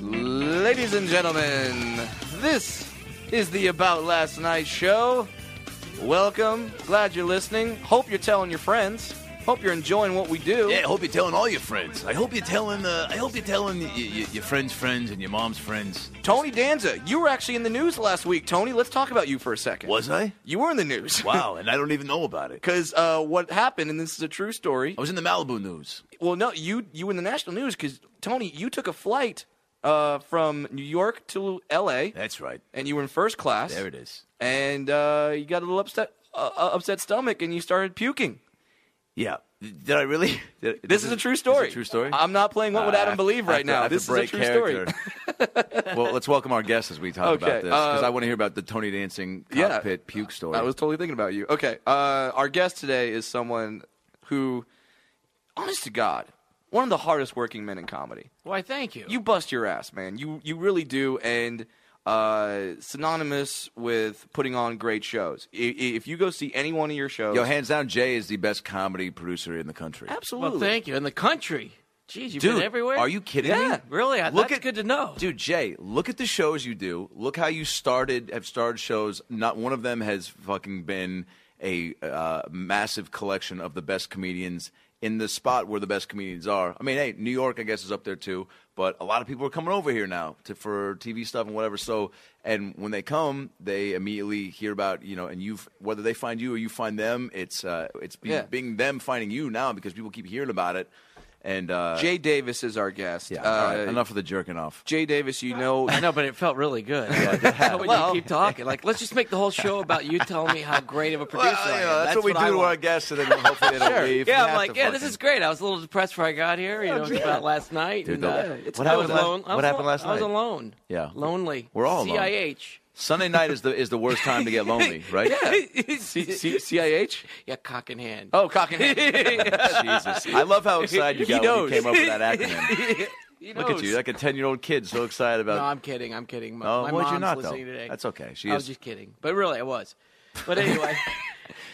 Ladies and gentlemen, this is the About Last Night show. Welcome. Glad you're listening. Hope you're telling your friends. Hope you're enjoying what we do. Yeah, I hope you're telling all your friends. I hope you're telling. Uh, I hope you're telling y- y- your friends' friends and your mom's friends. Tony Danza, you were actually in the news last week. Tony, let's talk about you for a second. Was I? You were in the news. Wow, and I don't even know about it. Because uh, what happened, and this is a true story. I was in the Malibu news. Well, no, you you in the national news because Tony, you took a flight uh, from New York to L.A. That's right. and you were in first class. There it is. And uh, you got a little upset uh, uh, upset stomach, and you started puking. Yeah. Did I really? Did- This is a true This story. is a true story. I'm not playing what would Uh, I Adam have- believe I have right to- I now. have to This is a break true story. character. well, let's welcome our guests as we talk Okay, about this because uh, I want to hear about the Tony Dancing Yeah. cockpit puke story. I was totally thinking about you. Okay, uh, our guest today is someone who, honest to God, one of the hardest working men in comedy. Why, thank you. You bust your ass, man. You you really do, and uh, synonymous with putting on great shows. I- i- If you go see any one of your shows, Yo, hands down, Jay is the best comedy producer in the country. absolutely. well, thank you. In the country, jeez, you've Dude, been everywhere. are you kidding me? Yeah. really? I, Look that's at- good to know. Dude, Jay, look at the shows you do. Look how you started, have started shows. Not one of them has fucking been a uh, massive collection of the best comedians in the spot where the best comedians are. I mean, hey, New York, I guess, is up there too, but a lot of people are coming over here now to, for TV stuff and whatever. So, and when they come, they immediately hear about, you know, and you've, whether they find you or you find them, it's, uh, it's be, Yeah. being them finding you now because people keep hearing about it. And, uh, Jay Davis is our guest. yeah, Uh, all right, enough of the jerking off. Jay Davis, you know, I know, but it felt really good. So when Well- you keep talking, like let's just make the whole show about you telling me how great of a producer Well, I am. you know, that's, what we I do to want. our guests, and then hopefully they don't leave. Yeah, They I'm have like, to yeah, this fucking- is great. I was a little depressed before I got here. You know, it was about last night. and, Dude, the- uh, what I happened was last- alone. I what was happened alone. last I was night? alone. Yeah. lonely. We're all alone. CIH. Sunday night is the is the worst time to get lonely, right? C- C- CIH? yeah, cock in hand. Oh, cock and Jesus, I love how excited you He got when you knows. came up with that acronym. He Look at knows. you, like a ten year old kid, so excited No, about. I'm kidding. I'm kidding. My, Oh, my well, mom's you're not though. listening today. That's okay. She I was is. just kidding, but really, I was. But anyway.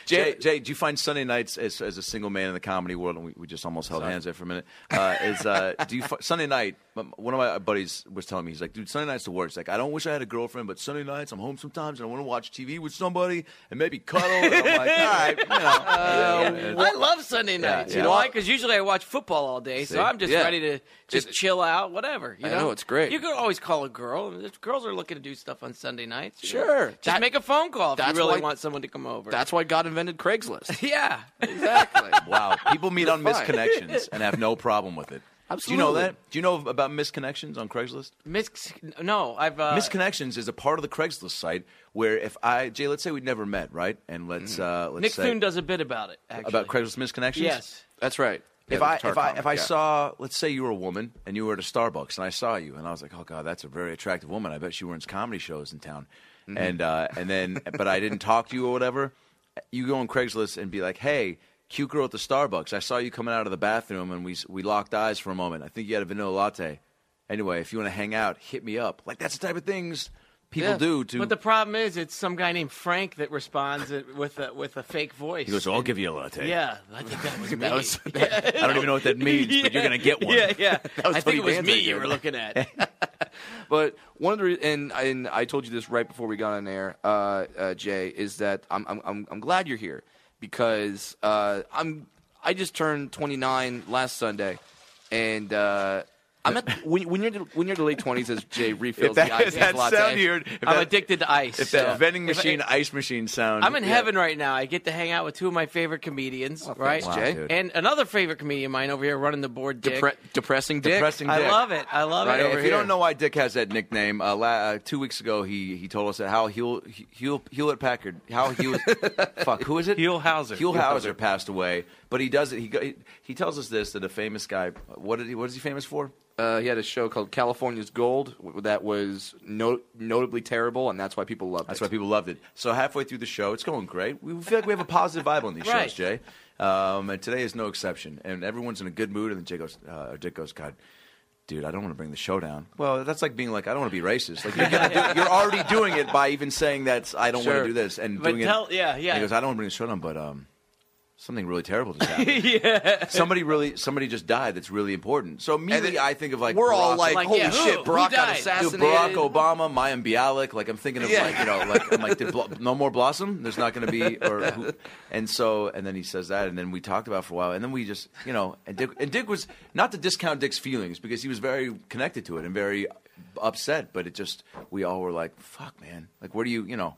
Jay, Jay, do you find Sunday nights as, as a single man in the comedy world? And we, we just almost held hands there for a minute. Uh, is uh, do you fi- Sunday night? um, One of my buddies was telling me he's like, dude, Sunday night's the worst. Like, I don't wish I had a girlfriend, but Sunday nights I'm home sometimes and I want to watch TV with somebody and maybe cuddle. And I'm like, all right, you know, Uh, yeah, yeah, I love Sunday nights. yeah. You know why? Because usually I watch football all day, See? so I'm just Yeah. ready to just It- chill out, whatever. You I know? know, it's great. You could always call a girl. and if Girls are looking to do stuff on Sunday nights. you know. Sure. just That- make a phone call if you that's really why- want someone to come over. That's why God invented Craigslist. yeah. Exactly. Wow, people meet on They're fine. misconnections and have no problem with it. Do you know Absolutely. that? Do you know about misconnections on Craigslist? Mis- no, I've uh, misconnections is a part of the Craigslist site where if I Jay, let's say we'd never met, right? And let's uh, let's Mm. Nick say Thune does a bit about it. Actually. about Craigslist misconnections. Yes. That's right. If Yeah, I that's our if I comic, if I yeah. saw, let's say you were a woman and you were at a Starbucks and I saw you and I was like, oh god, that's a very attractive woman. I bet she runs comedy shows in town, Mm-hmm. and uh, and then but I didn't talk to you or whatever. You go on Craigslist and be like, hey, cute girl at the Starbucks. I saw you coming out of the bathroom and we s- we locked eyes for a moment. I think you had a vanilla latte. Anyway, if you want to hang out, hit me up. Like that's the type of things people Yeah. do. To But the problem is, it's some guy named Frank that responds it with a with a fake voice. he goes, "Oh, I'll give you a latte. yeah, I think that was me. was- I don't even know what that means, but you're gonna get one. yeah, yeah. was I Tony think it was Danza me again. you were looking at. But one of the re- and and I told you this right before we got on air, uh, uh, Jay, is that I'm I'm I'm, I'm glad you're here because uh, I'm I just turned 29 last Sunday, and uh, I'm at when, when you're when you're the late twenties as Jay refills If that, the ice if that latte. sound you heard, if I'm that, addicted to ice. if that Yeah. vending If I- machine, ice machine sound. I'm in yeah. Oh, heaven right now. I get to hang out with two of my favorite comedians, right? thanks, Wow, Jay. dude. And another favorite comedian of mine over here running the board, Dick. Depre- depressing dick. Depressing I Dick. love it. I love Right, it if over you here. don't know why Dick has that nickname, uh, la- uh, two weeks ago he he told us that how Hewl- He- Hewl- Hewlett Packard, how Hewlett, fuck, who is it? Huelhauser. Huelhauser passed away, but he does it. He go- he he tells us this that a famous guy. What did he? What is he famous for? Uh, he had a show called California's Gold w- that was no- notably terrible, and that's why people loved That's it. why people loved it. So halfway through the show, it's going great. We feel like we have a positive vibe on these Right. shows, Jay. Um, and today is no exception. And everyone's in a good mood. And then Jay goes, uh, or Dick goes, God, dude, I don't want to bring the show down. Well, that's like being like, I don't want to be racist. Like you're, gonna do, you're already doing it by even saying that's I don't want Sure. to do this and But doing tell- it. yeah, yeah. He goes, I don't want to bring the show down, but um, something really terrible just happened. Somebody really, somebody just died. That's really important. So immediately, then I think of like We're all Barack- like, Like, holy yeah, who- shit, who Barack got died? Dude, assassinated. Barack Obama, Mayim Bialik. Like I'm thinking of Yeah. like you know like I'm like did Bl- no more Blossom. There's not going to be or who, and so and then he says that and then we talked about it for a while and then we just you know and Dick and Dick was not to discount Dick's feelings because he was very connected to it and very upset but it just we all were like fuck man like where do you you know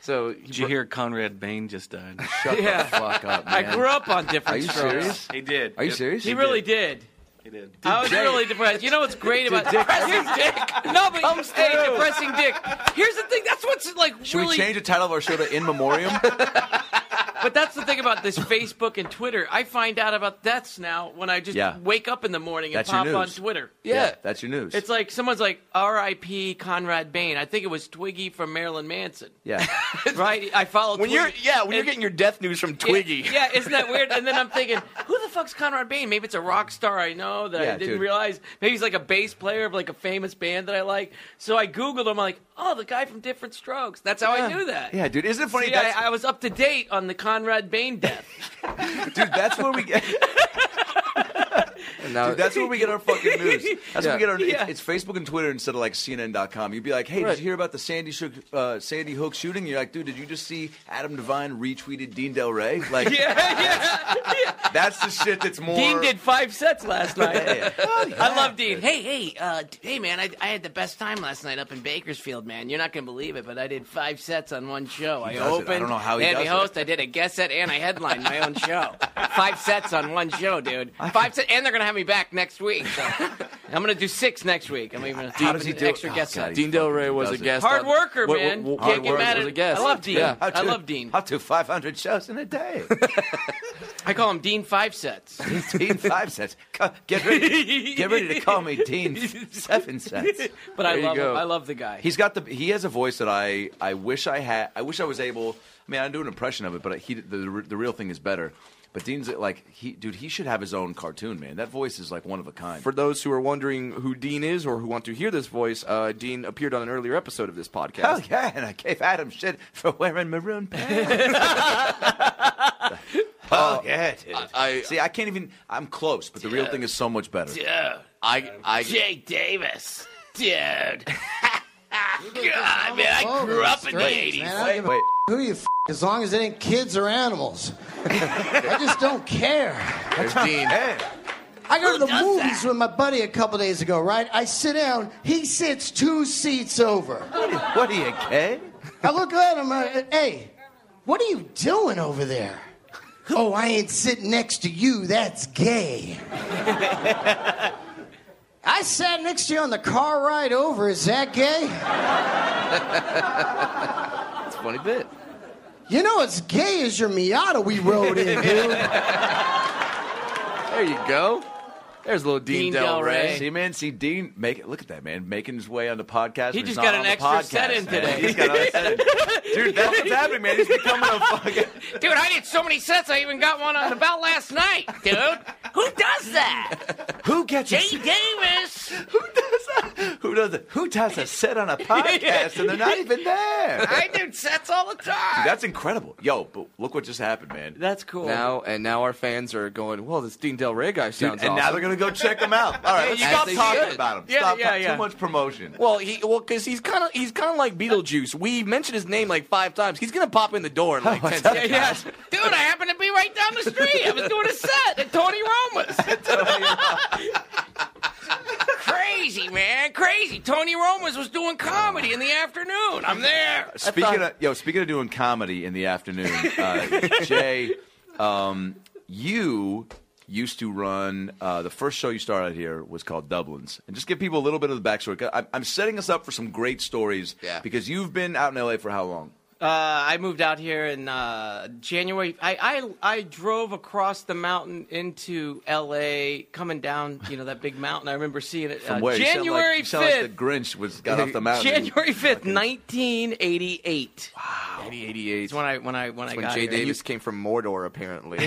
So he Did you hear Conrad Bain just died? shut Yeah. the fuck up man. I grew up on different Are you strokes. serious? he did. Are you serious? He really did. He did. I was really depressed. You know what's great about Dick depressing Dick? No, but hey, depressing Dick. Here's the thing. That's what's like Should really. we change the title of our show to In Memoriam? But that's the thing about this Facebook and Twitter. I find out about deaths now when I just Yeah. wake up in the morning and That's your pop on news. Twitter. Yeah. that's your news. It's like someone's like R.I.P. Conrad Bain. I think it was Twiggy from Marilyn Manson. yeah. Right? I follow when Twiggy. you're yeah when you're And- getting your death news from Twiggy. Yeah, isn't that weird? And then I'm thinking, who the fuck's Conrad Bain? Maybe it's a rock star I know that I Yeah, didn't dude. realize. Maybe he's like a bass player of like a famous band that I like. So I Googled him. I'm like, oh, the guy from Different Strokes. That's how I knew that. Yeah, dude. Isn't it funny? See, that's- I, I was up to date on the Conrad Bain death. dude, that's where we get. And now- Dude, that's where we get our fucking news. That's where we get our. Uh, Yeah. It's, it's Facebook and Twitter instead of like CNN.com. You'd be like, hey, Right. did you hear about the Sandy Shook, uh, Sandy Hook shooting? You're like, dude, did you just see Adam Devine retweeted Dean Del Rey? Like, yeah, yeah. that's the shit that's more. Dean did five sets last night. Yeah. I love Dean. Hey, hey, uh, d- hey, man! I, I had the best time last night up in Bakersfield, man. You're not gonna believe it, but I did five sets on one show. I does it. I opened, don't know how he and does the it. host. I did a guest set and I headlined my own show. Five sets on one show, dude. Five sets, and they're gonna have me back next week. So I'm gonna do six next week. I'm even How does he do it? extra Oh, guest God, set. he's Dean Del fucking- Rey he was a does it. guest. Hard on- worker, wa- wa- man. wa- Can't get hard mad at worker. Was a guest. I love Dean. Yeah. I to- love Dean. Up to 500 shows in a day. I call him Dean Five Sets. Dean five cents. Co- Get ready, get ready to call me Dean seven cents. But I There you love go. him. I love the guy. He's got the he has a voice that I I wish I had. I wish I was able. I mean, I do an impression of it, but he the the real thing is better. But Dean's like he dude. He should have his own cartoon, man. That voice is like one of a kind. For those who are wondering who Dean is or who want to hear this voice, uh, Dean appeared on an earlier episode of this podcast. Hell Oh, yeah, and I gave Adam shit for wearing maroon pants. oh yeah, dude. uh, I- see. I can't even. I'm close, but the real thing is so much better. Dude. I, I, Jake Davis. Dude. God, man, I grew up in the 80s. Man, I don't give Wait, a who you f- as long as it ain't kids or animals. I just don't care. there's Dean. hey, I go to the does movies with my buddy a couple days ago, right? I sit down, he sits two seats over. what are you gay? I look at him, uh, hey, what are you doing over there? Oh, I ain't sitting next to you, that's gay. I sat next to you on the car ride over, is that gay? It's a funny bit. You know, it's gay as your Miata we rode in, dude. There you go. There's little Dean, Dean Del Rey. See, man, see Dean make it. Look at that man making his way on the podcast. He when he's just not got on an the extra podcast, set in man. today. He's got an extra set in. dude. That's what's happening, man. He's becoming a fucking. Dude, I did so many sets, I even got one on about last night, dude. Who does that? Who gets Jay a, Davis. who does that? Who does it? Who does a set on a podcast and they're not even there? I do sets all the time. That's incredible, yo. But look what just happened, man. That's cool. Now and now our fans are going. Well, this Dean Del Rey guy Dude, sounds and now they're awesome. gonna go check him out. All right, let's you stop got- talking yeah. about him. Yeah, stop yeah, talking- yeah. Too much promotion. well, he well because he's kind of he's kind of like Beetlejuice. We mentioned his name like five times. He's gonna pop in the door in like ten yeah, seconds. yeah. Dude, I happened to be right down the street. I was doing a set at Tony Roma's. Tony Romas was doing comedy in the afternoon. I'm there. Speaking of yo, speaking of doing comedy in the afternoon, uh, Jay, um, you used to run uh, the first show you started here was called Dublins, and just give people a little bit of the backstory. 'cause I'm, I'm setting us up for some great stories Yeah. because you've been out in LA for how long? Uh, I moved out here in uh, January. I, I I drove across the mountain into L.A. coming down. You know that big mountain. I remember seeing it. From uh, where You sound like- January you sound like, fifth. the Grinch was got off the mountain. January fifth, nineteen eighty-eight. It's 88. when I when I when I When got Jay here. And you- Davis came from Mordor, apparently.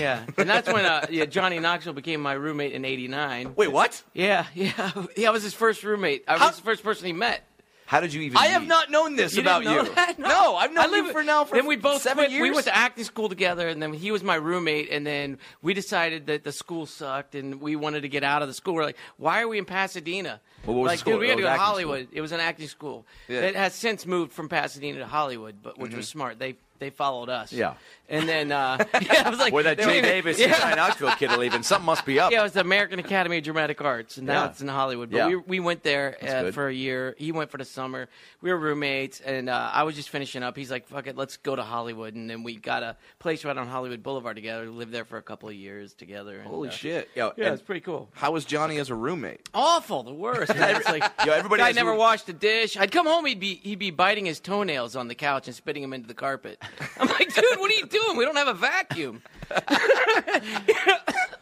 yeah, and that's when uh, yeah Johnny Knoxville became my roommate in '89. Wait, what? Yeah, yeah, yeah. I was his first roommate. I was How- the first person he met. How did you even? I have meet? not known this You about didn't know you. that? No. I've known I live you for now for then we both seven quit. years. We went to acting school together, and then he was my roommate. And then we decided that the school sucked, and we wanted to get out of the school. We're like, why are we in Pasadena? Well, what was like, the school? dude, we It got to was go to acting Hollywood. It was an acting school. Yeah. It has since moved from Pasadena to Hollywood, but which was smart. They they followed us. Mm-hmm. Yeah. And then uh, yeah, I was like, Where that they were Jay even- Davis Yeah. and Ryan Knoxville kid are leaving, something must be up. Yeah, it was the American Academy of Dramatic Arts, and now Yeah. it's in Hollywood. But Yeah. we, we went there uh, good. for a year. He went for the summer. We were roommates, and uh, I was just finishing up. He's like, fuck it, let's go to Hollywood. And then we got a place right on Hollywood Boulevard together. We lived there for a couple of years together. and, Holy uh, shit. Yo, Yeah, and- it's pretty cool. How was Johnny as a roommate? Awful, the worst. man. It's like, Yo, everybody guy has never room- washed a dish. I'd come home, he'd be he'd be biting his toenails on the couch and spitting them into the carpet. I'm like, dude, what are you doing? We don't have a vacuum.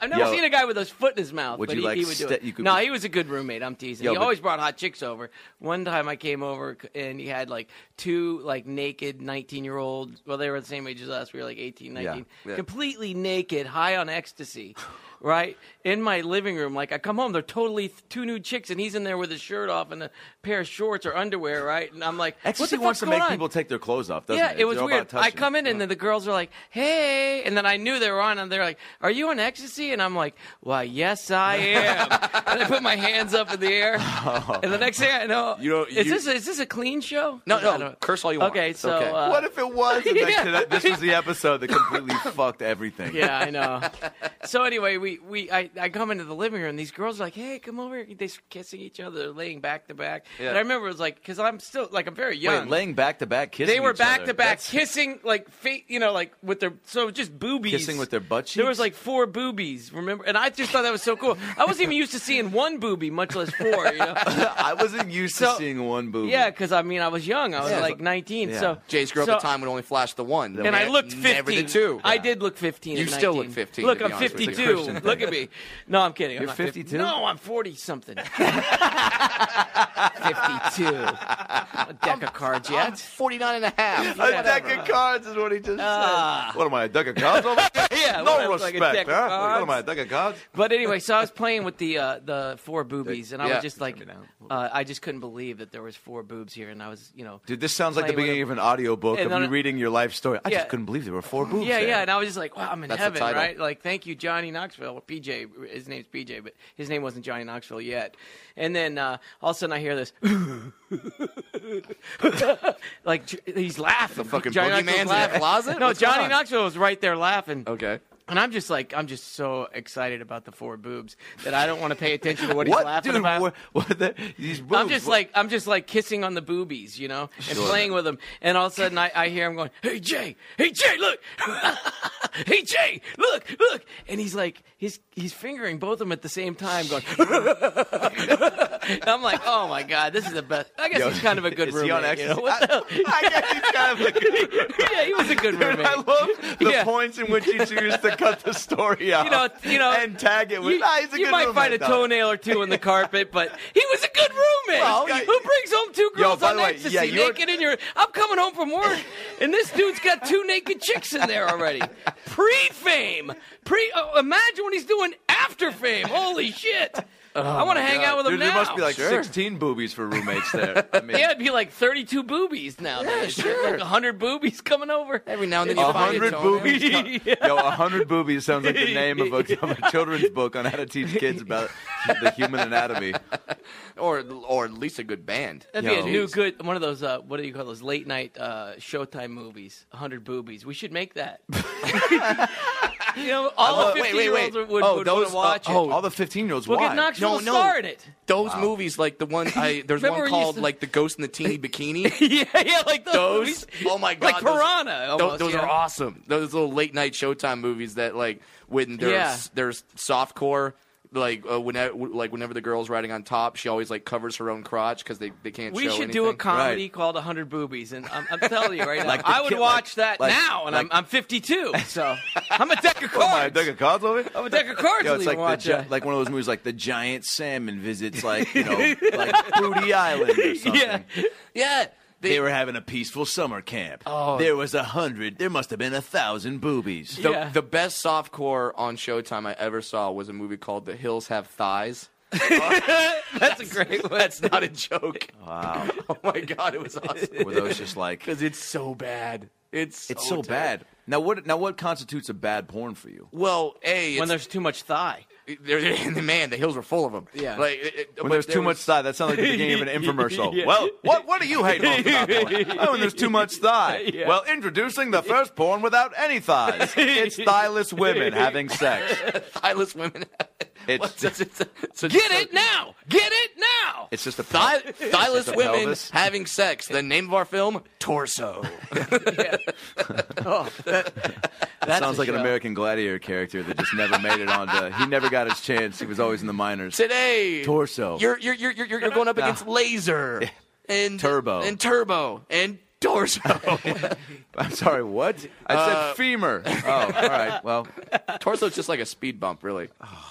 I've never Yo. seen a guy with his foot in his mouth. Would but you he, like he would do sta- it. you could- no, he was a good roommate. I'm teasing. Yo, he but- always brought hot chicks over. One time I came over c- and he had like two like naked 19 year old. Well, they were the same age as us. We were like 18, 19, Yeah. completely naked, high on ecstasy. Right in my living room, like I come home, they're totally th- two nude chicks, and he's in there with his shirt off and a pair of shorts or underwear, right? And I'm like, what Ecstasy the wants fuck's going to make on? people take their clothes off, doesn't yeah, it? it, was It's all weird. about I touching. come in and then the girls are like, "Hey," and then I knew they were on, and they're like, "Are you on ecstasy?" And I'm like, "Why, yes, I am." and I put my hands up in the air, and the next thing I know, You don't- is you- this is this a clean show? No, no, I don't- curse all you want. Okay, It's so okay. uh, What if it was? And that- Yeah. this was the episode that completely fucked everything. yeah, I know. So anyway, we, we I, I come into the living room. These girls are like, "Hey, come over." here." They're kissing each other, they're laying back to back. And I remember it was like, because I'm still like I'm very Wait, young. laying back to back kissing. they were each back other. to back That's- kissing, like feet, you know, like with their so just boobies Kissing with their butt cheeks. There was like four boobies, remember? And I just thought that was so cool. I wasn't even used to seeing one boobie, much less four. You know? I wasn't used to So- seeing one boob. yeah, because I mean, I was young. I was Yeah. like 19. Yeah. So Jay's girl so, at the time would only flash the one. and I looked 15. Never the two. I did look 15. You at still 19. look 15, Look, to be I'm honest with you. 52. Look at me. No, I'm kidding. I'm You're not 50 52? No, I'm 40 something. 52. A deck of cards I'm yet? 49 and a half. A deck of cards is what he just said. What am I, a deck of cards? over there? Yeah, what, Ah. no like a respect, deck of huh? cards? What am I, a deck of cards? But anyway, so I was playing with the uh, the four boobies, and I Yeah. was just like, uh, I just couldn't believe that there was four boobs here, and I was, you know, Dude, this sounds like the Playing with beginning a- of an audiobook And of on you a- reading your life story. I Yeah. just couldn't believe there were four boobs yeah, there. yeah, and I was just like, wow, I'm in That's the heaven, title. right? Like, thank you, Johnny Knoxville, or PJ. His name's PJ, but his name wasn't Johnny Knoxville yet. And then uh, all of a sudden, I hear this, like j- he's laughing. The fucking boogeyman's in the closet? No, What's going Johnny on? Knoxville was right there laughing. Okay. And I'm just like, I'm just so excited about the four boobs that I don't want to pay attention to what, he's What, laughing dude? about. What, what the, these boobs. I'm just what- like I'm just like kissing on the boobies, you know, and playing with them. And all of a sudden, I, I hear him going, "Hey Jay, hey Jay, look, hey Jay, look, look!" And he's like, he's he's fingering both of them at the same time, going. And I'm like, "Oh my god, this is the best." I guess Yo, he's kind of a good is roommate. He on you ecstasy? know? What the- I, I guess he's kind of a good yeah, he was a good Dude, roommate. I love the Yeah. points in which you choose to cut the story out. You know, you know, and tag it with. you, "Ah, he's a you good might roommate, find a though." toenail or two in the carpet, but he was a good roommate. Well, Who you- brings home two Yo, girls by on the way, ecstasy yeah, you're- naked in your? I'm coming home from work, and this dude's got two naked chicks in there already. Pre-fame, pre. Oh, imagine what he's doing after fame. Holy shit! Oh I want to hang out with him Dude, now. there must be like 16 boobies for roommates there. I mean, Yeah, it'd be like 32 boobies nowadays. Yeah, sure. Like 100 boobies coming over. Every now and then you find it. 100 boobies. Yo, 100 boobies sounds like the name of a, of a children's book on how to teach kids about the human anatomy. Or, or at least a good band. That'd Yo. be a new Jeez. good one of those. Uh, what do you call those late night uh, Showtime movies? Hundred boobies. We should make that. You know, all love- the wait, 15 wait, year olds wait. would, would, Oh, would those- wanna watch uh, it. oh, All the 15 year olds. we'll why? get Knoxville No, no. star in it. Those movies, like the one I there's Remember one we used called to- like the Ghost in the Teeny Bikini. yeah, yeah, like those. Those- movies. oh my Like God, those- Piranha. Those, almost, those Oh, yeah. are awesome. Those little late night Showtime movies that like when there's Yeah. there's softcore. Like uh, whenever, like whenever the girl's riding on top, she always like covers her own crotch because they, they can't. We show should do a anything. comedy Right. called 100 Boobies, and I'm, I'm telling you right now, Like the I would kid- watch like- that like- now, and like- I'm, I'm 52, so I'm a deck of cards. Oh, my, deck of cards over here? I'm a deck of cards. Yo, it's leaving like, the watch gi- that. like one of those movies, like the giant salmon visits, like you know, like Booty Island or something. yeah, yeah. They were having a peaceful summer camp. Oh. There was a hundred. There must have been a thousand boobies. The, Yeah. the best softcore on Showtime I ever saw was a movie called The Hills Have Thighs. that's a great one. That's not a joke. Wow. oh my god, it was awesome. Were those just like Because it's so bad. It's so it's so terrible. bad? Now what? Now what constitutes a bad porn for you? Well, a when it's, there's too much thigh. there's man, the hills were full of them. Yeah. like it, it- but When there's there too much was- thigh, that sounds like the beginning of an infomercial. Yeah. Well, what what do you hate most about porn? Oh, when there's too much thigh. Yeah. Well, introducing the first porn without any thighs. It's thighless women having sex. thighless women. It's- What does it say? So- Get it now! Get it now! It's just a Thigh, It's a thighless women pelvis. having sex. The name of our film: Torso. That Sounds like an American Gladiator character that just never made it onto. He never got his chance. He was always in the minors. Today, Torso. You're you're you're you're, you're going up against laser and Turbo. and turbo and torso. I'm sorry, what? I Uh, said femur. Oh, all right. Well, Torso's just like a speed bump, really.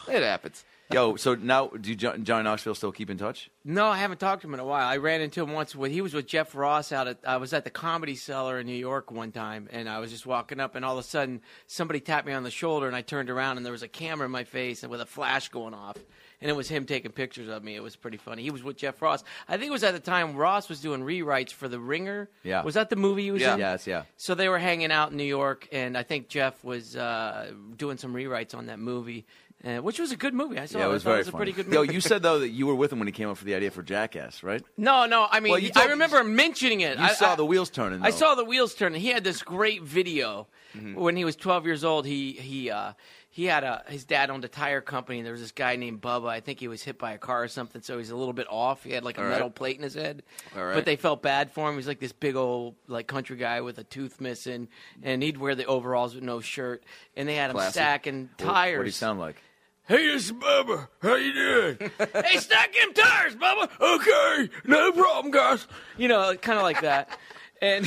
It happens. yo. So now, do jo- Johnny Knoxville still keep in touch? No, I haven't talked to him in a while. I ran into him once when he was with Jeff Ross out at I was at the Comedy Cellar in New York one time and I was just walking up and all of a sudden somebody tapped me on the shoulder and I turned around and there was a camera in my face and with a flash going off and it was him taking pictures of me. It was pretty funny. He was with Jeff Ross. I think it was at the time Ross was doing rewrites for The Ringer. Yeah. Was that the movie he was in? Yes. Yeah. So they were hanging out in New York, and I think Jeff was uh, doing some rewrites on that movie, uh, which was a good movie. I saw Yeah. it. It was I thought very it was a pretty funny. good Yo, movie. you said though that you were with him when he came up for the idea for Jackass, right? no, no, I mean, Well, you I told- remember mentioning it. You I, saw I- the wheels turning. I though. Mm-hmm. saw the wheels turning. He had this great video when he was 12 years old. He he uh, he had a his dad owned a tire company. and There was this guy named Bubba. I think he was hit by a car or something, so he's a little bit off. He had like a metal plate in his head. right. But they felt bad for him. He's like this big old like country guy with a tooth missing, and he'd wear the overalls with no shirt. And they had him Classic. stacking What- tires. What did he sound like? Hey, this is Bubba. How you doing? hey, stack him tires, Bubba. Okay, no problem, guys. You know, kind of like that. And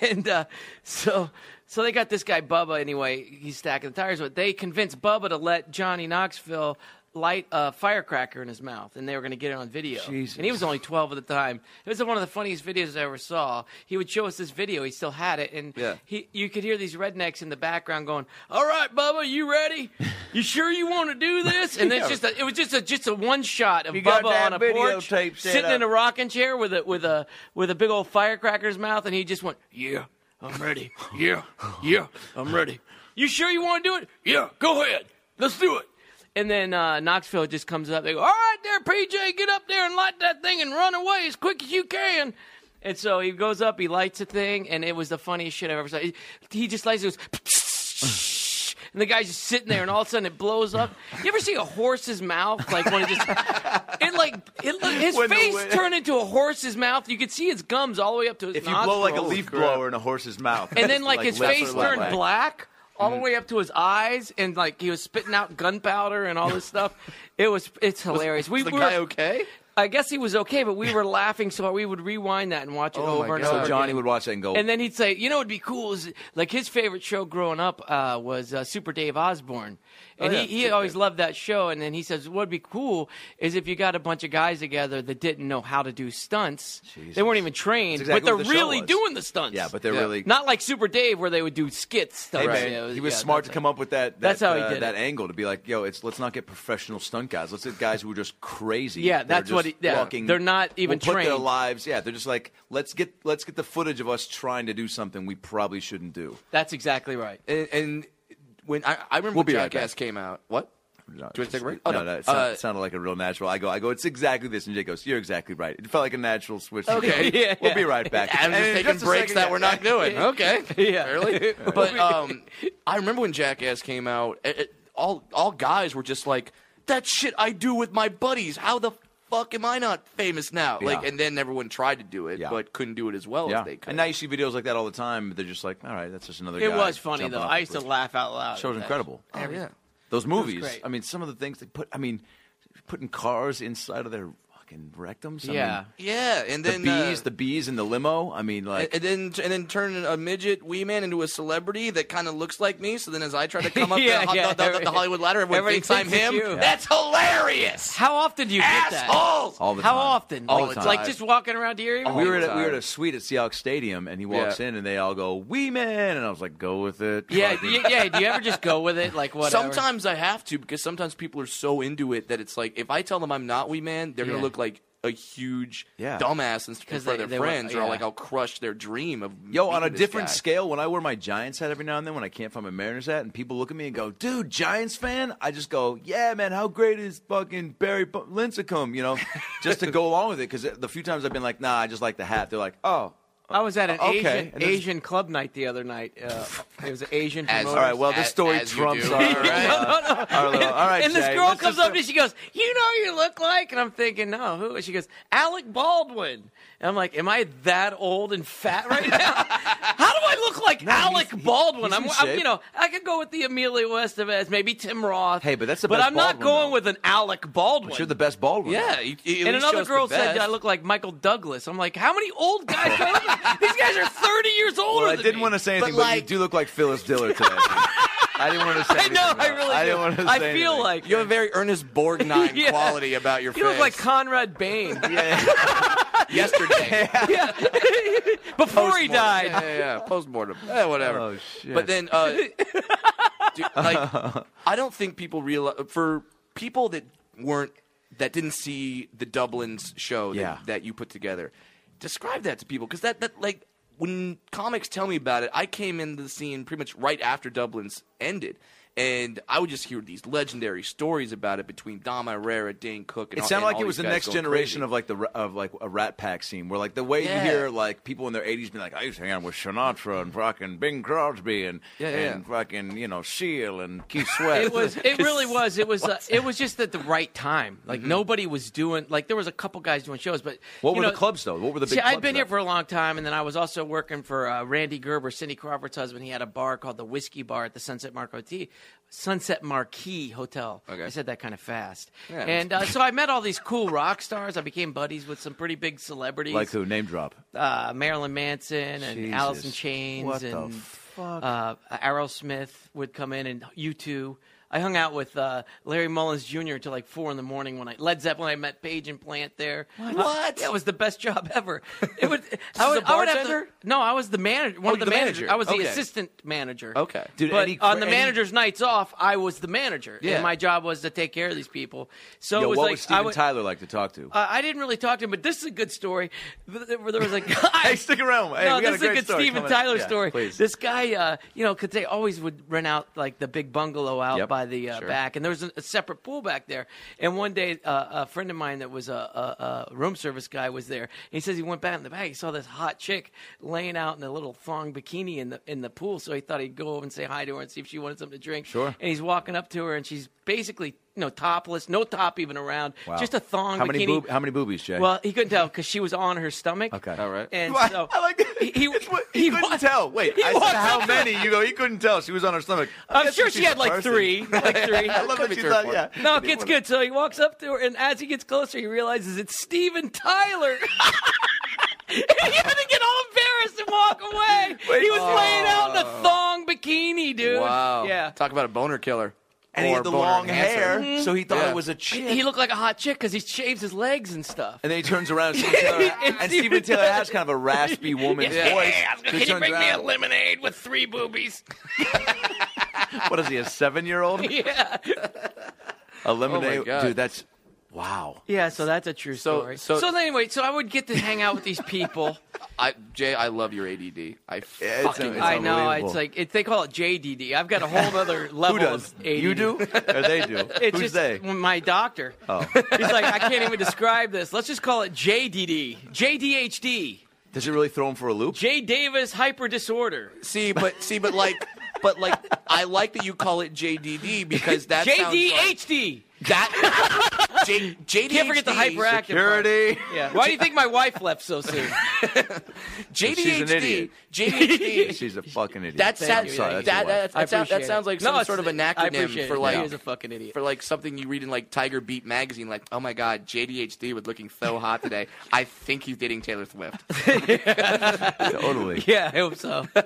and uh, so so they got this guy Bubba anyway. He's stacking the tires, but they convinced Bubba to let Johnny Knoxville light a firecracker in his mouth, and they were going to get it on video. Jesus. And he was only twelve at the time. It was one of the funniest videos I ever saw. He would show us this video. He still had it, and Yeah. he, you could hear these rednecks in the background going, "All right, Bubba, you ready? You sure you want to do this?" And it's just a, it was just a just a one shot of You got Bubba that on a porch videotape set sitting in up. a rocking chair with a with a with a big old firecracker in his mouth, and he just went, "Yeah, I'm ready. Yeah, yeah, I'm ready. You sure you want to do it? Yeah, go ahead. Let's do it." And then uh, Knoxville just comes up. They go, "All right, there, PJ, get up there and light that thing and run away as quick as you can." And so he goes up, he lights a thing, and it was the funniest shit I've ever seen. He just lights it. it goes, and the guy's just sitting there, and all of a sudden it blows up. You ever see a horse's mouth? Like when it just, it like it, look- his When the face wind- turned into a horse's mouth. You could see his gums all the way up to his. If you blow like a nostrils. leaf blower in a horse's mouth, and then like, his left Mm-hmm. face or right. turned black. All the way up to his eyes, and like he was spitting out gunpowder and all this stuff. It was it's hilarious. we Is the were, guy okay? I guess he was okay, but we were laughing, so we would rewind that and watch it my over and God. over. So Oh Johnny again. would watch that and go, And then he'd say, you know, what'd be cool is like his favorite show growing up uh, was uh, Super Dave Osborne, Oh, and yeah, he, he Super always loved that show. And then he says, what'd be cool is if you got a bunch of guys together that didn't know how to do stunts. They weren't even trained, That's exactly but they're what the show really was. doing the stunts. yeah, but they're Yeah. really not like Super Dave where they would do skits stuff. Hey You know, man, he was yeah, smart that's to it. come up with that. that That's how he uh, did it. that angle to be like, yo, it's let's not get professional stunt guys. Let's get guys who are just crazy. Yeah, that are that's what just he- yeah, walking- they're not even will Put their trained. lives. Yeah, they're just like let's get let's get the footage of us trying to do something we probably shouldn't do. That's exactly right. And, and when I, I remember We'll when be right Jackass back. came out, what? No, you want to take a break? Oh, Oh, no. no, no, it sounded, Uh, sounded like a real natural. I go, I go. It's exactly this, and Jake goes, "You're exactly right." It felt like a natural switch. Okay. Yeah, we'll yeah. be right back. Adam's And just in taking just a breaks second, that yeah, we're not doing. Okay. Yeah. Fairly. But um, I remember when Jackass came out, it, it- all all guys were just like, "That shit I do with my buddies. How the fuck am I not famous now?" Like, Yeah. and then everyone tried to do it, Yeah. but couldn't do it as well Yeah. as they could. And now you see videos like that all the time. But they're just like, "All right, that's just another." It guy was funny jumping though. off I the used to bridge." laugh out loud. Show's at that. incredible. Oh, yeah. Those movies. great. I mean, some of the things they put. I mean, putting cars inside of their fucking rectums. I Yeah. mean, Yeah, and the then bees, uh, the bees in the limo. I mean, like and then and then turn a midget wee man into a celebrity that kind of looks like me. So then, as I try to come up Yeah, the, ho- yeah, the- the- every- the Hollywood ladder, everyone everybody thinks, I'm thinks it's him. you. That's hilarious. How often do you get that? Assholes. all the How time. often? All like, the time. like just walking around to your ear? we were the at a, we were time. at a suite at Seahawks Stadium, and he walks Yeah. in, and they all go, "We man," and I was like, "Go with it." yeah, Fucking- yeah, yeah. Do you ever just go with it? Like whatever. Sometimes I have to because sometimes people are so into it that it's like if I tell them I'm not wee man, they're gonna Yeah. look like a huge Yeah. dumbass in, in 'Cause front they- of they their want- friends, or yeah. like I'll crush their dream of Yo, on meeting a this different guy. scale, when I wear my Giants hat every now and then, when I can't find my Mariners hat, and people look at me and go, "Dude, Giants fan," I just go, "Yeah, man, how great is fucking Barry B- Lincecum?" You know, just to go along with it. Because the few times I've been like, "Nah, I just like the hat," they're like, "Oh, I was at an Okay, Asian and there's- Asian club night the other night. Uh, it was an Asian. As- promoters. all right, well, this As- story as you trumps do. our, uh, our little- all right." and this Jay, girl let's comes just- up to me. She goes, "You know who you look like," and I'm thinking, "No, who?" And she goes, "Alec Baldwin." And I'm like, "Am I that old and fat right now? How do I look like Alec Baldwin? he's I'm, in I'm- shape. you know, I could go with the Amelia Estevez, maybe Tim Roth. Hey, but that's the but best I'm not Baldwin, going though. with an Alec Baldwin. But you're the best Baldwin. Yeah, you- you- and at least another shows the girl said best. I look like Michael Douglas. I'm like, how many old guys? do I look like? These guys are 30 years older. Well, I than didn't me. want to say anything, But, but, like- you do look like Phyllis Diller today. I didn't want to say. I anything know. about I it. really. I do. didn't want to. Say I feel anything. like You have a very Ernest Borgnine Yeah. quality about your you face. look like Conrad Bain. yesterday. yeah. Before he died. Yeah, yeah, yeah. Postmortem. Eh, whatever. Oh, shit. But then, uh, dude, like, I don't think people realize for people that weren't that didn't see the Dublin's show that, Yeah. that you put together. Describe that to people because that that like when comics tell me about it, I came into the scene pretty much right after Dublin's ended. And I would just hear these legendary stories about it between Dom Herrera, Dane Cook, and It all- sounded and like all it was the these guys next going generation crazy. of like the ra- of like a Rat Pack scene, where like the way Yeah. you hear like people in their eighties being like, I used to hang out with Sinatra and fucking Bing Crosby and Yeah, yeah, and yeah. fucking you know Seal and Keith Sweat. It was. It really was. It was. Uh, it was just at the right time. Like nobody was doing. Like there was a couple guys doing shows, but Mm-hmm. What you were the know, clubs though? What were the big? See, I'd clubs been then? here for a long time, and then I was also working for uh, Randy Gerber, Cindy Crawford's husband. He had a bar called the Whiskey Bar at the Sunset Marquee, Sunset Marquee Hotel. Okay. I said that kind of fast. Yeah. and uh, so I met all these cool rock stars. I became buddies with some pretty big celebrities, like who name drop. uh, Marilyn Manson and Jesus. Alice in Chains What the and fuck? Uh, Aerosmith would come in and you two. I hung out with uh, Larry Mullins Jr. till like four in the morning when I Led Zeppelin. I met Page and Plant there. What? yeah, it was the best job ever. It would. I would. a I would have to, bartender? No, I was the manager. One Oh, of the, you're the managers. manager. I was Okay. the assistant manager. Okay. Dude, but Eddie Cra- on the Eddie- manager's nights off, I was the manager. Yeah. And my job was to take care of these people. So Yo, it was what like was I Steven would, Tyler like to talk to? uh, I didn't really talk to him, but this is a good story. Th- th- There was a guy. Hey, stick around. Hey, no, we this got a is a great good story Steven coming up. Tyler Yeah, story. please. This guy, uh, you know, because they always would rent out like the big bungalow out Yep, by the uh, sure. back, and there was a, a separate pool back there. And one day, uh, a friend of mine that was a, a, a room service guy was there. And he says he went back in the back. He saw this hot chick laying out in a little thong bikini in the in the pool. So he thought he'd go over and say hi to her and see if she wanted something to drink. Sure. And he's walking up to her, and she's basically. You know, topless, no top even around, Wow. just a thong How bikini. many boob- how many boobies, Jay? Well, he couldn't tell because she was on her stomach. Okay. All right. And Well, so I like that. He, he, It's what- he couldn't wa- tell. Wait, he I said walked how up- many? You go. He couldn't tell. She was on her stomach. I I'm guess sure she's she had a like person. three, like three. I love that she three or thought. four. Yeah. No, it gets good. So he walks up to her, and as he gets closer, he realizes it's Steven Tyler. he had to get all embarrassed and walk away. he was laying out in Oh. a thong bikini, dude. Wow. Yeah. Talk about a boner killer. and he Or had the boner long enhancer. hair, so he thought Yeah. it was a chick. He looked like a hot chick because he shaves his legs and stuff. and then he turns around, and Steven Taylor, And and Steven Steven Taylor has kind of a raspy woman's voice. So he turns around. lemonade with three boobies? What is he? A seven-year-old? yeah. A Oh lemonade? God. Dude, that's wow. Yeah, so that's a true So- story. so- So, anyway, so I would get to hang out with these people, I, Jay, I love your ADD. I it's- fucking it's love I know. unbelievable. It's like it, they call it JDD. I've got a whole other level. Who does? Of ADD. You do? Or they do? It's Who's just they? my doctor. Oh. He's like, I can't even describe this. Let's just call it JDD, JDHD, Does it really throw him for a loop? J Davis hyper disorder. See, but see, but like, but like, I like that you call it JDD because that sounds like- JDHD. that J, JDHD. Can't forget the hyperactive. part. Security. Yeah. Why do you think my wife left so soon? JDHD. She's an idiot. JDHD. She's a fucking idiot. That Thank sounds you. Sorry, that that's that, your wife. that, I sounds, appreciate that it. sounds like No, some it's- sort of an I acronym appreciate for it. like he was a fucking idiot. for like something you read in like Tiger Beat magazine. Like, oh my God, JDHD was looking so hot today. I think he's dating Taylor Swift. Totally. Yeah, I hope so.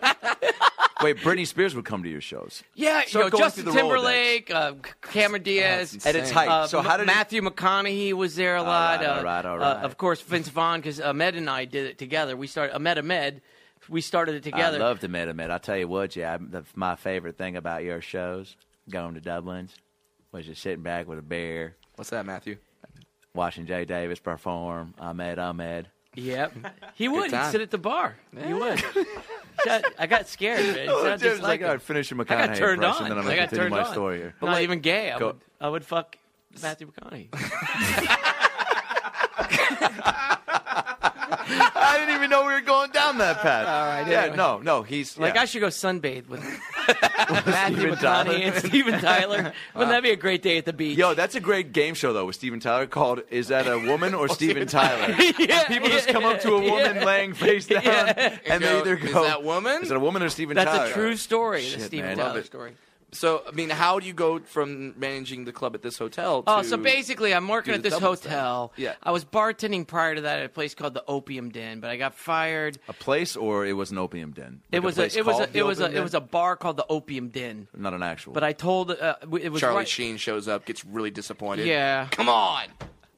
Wait, Britney Spears would come to your shows. Yeah, you Start know, going Justin through the Rolodex. Timberlake, uh, Cameron Diaz, At its height. Uh, so how did it- Matthew McConaughey was there a lot. right, all uh, right, all uh, right. of course, Vince Vaughn, because Ahmed and I did it together. We started Ahmed Ahmed. We started it I together. love the Meta Med. I'll tell you what, yeah, I'm- the, my favorite thing about your shows, going to Dublin's, was just sitting back with a beer, What's that, Matthew? watching Jay Davis perform. Ahmed Ahmed. Yep, he would. He'd time. sit at the bar. He would. Shut- I got scared. Man. It Oh, sounded just like him. finish your I got turned on. and then I'm I going to got continue turned my on. story here. Not even gay. I go- would, I would fuck Matthew McConaughey. I didn't even know we were going down that path. All right, yeah, no, no, he's Like yeah. I should go sunbathe with Matthew Steven McConaughey Tyler. Uh, and Steven Tyler. Wouldn't that be a great day at the beach? Yo, that's a great game show though with Steven Tyler called "Is That a Woman or Steven Tyler?" Yeah, People just yeah, come up to a woman yeah. laying face down, Yeah. and they Go, either "Is go, that woman?" Is it a woman or Steven That's Tyler?" a true story. the Steven man. Tyler Love it. story. So, I mean, how do you go from managing the club at this hotel? To Oh, so basically, I'm working do at the this double stuff. hotel. Yeah. I was bartending prior to that at a place called the Opium Den, but I got fired. A place, or it was an opium den. Like it was place a, it was called a, the it was a, Opium it was a bar called the Opium Den. Den? not an actual. But I told uh, it was Charlie right- Sheen shows up, gets really disappointed. Yeah, Come on.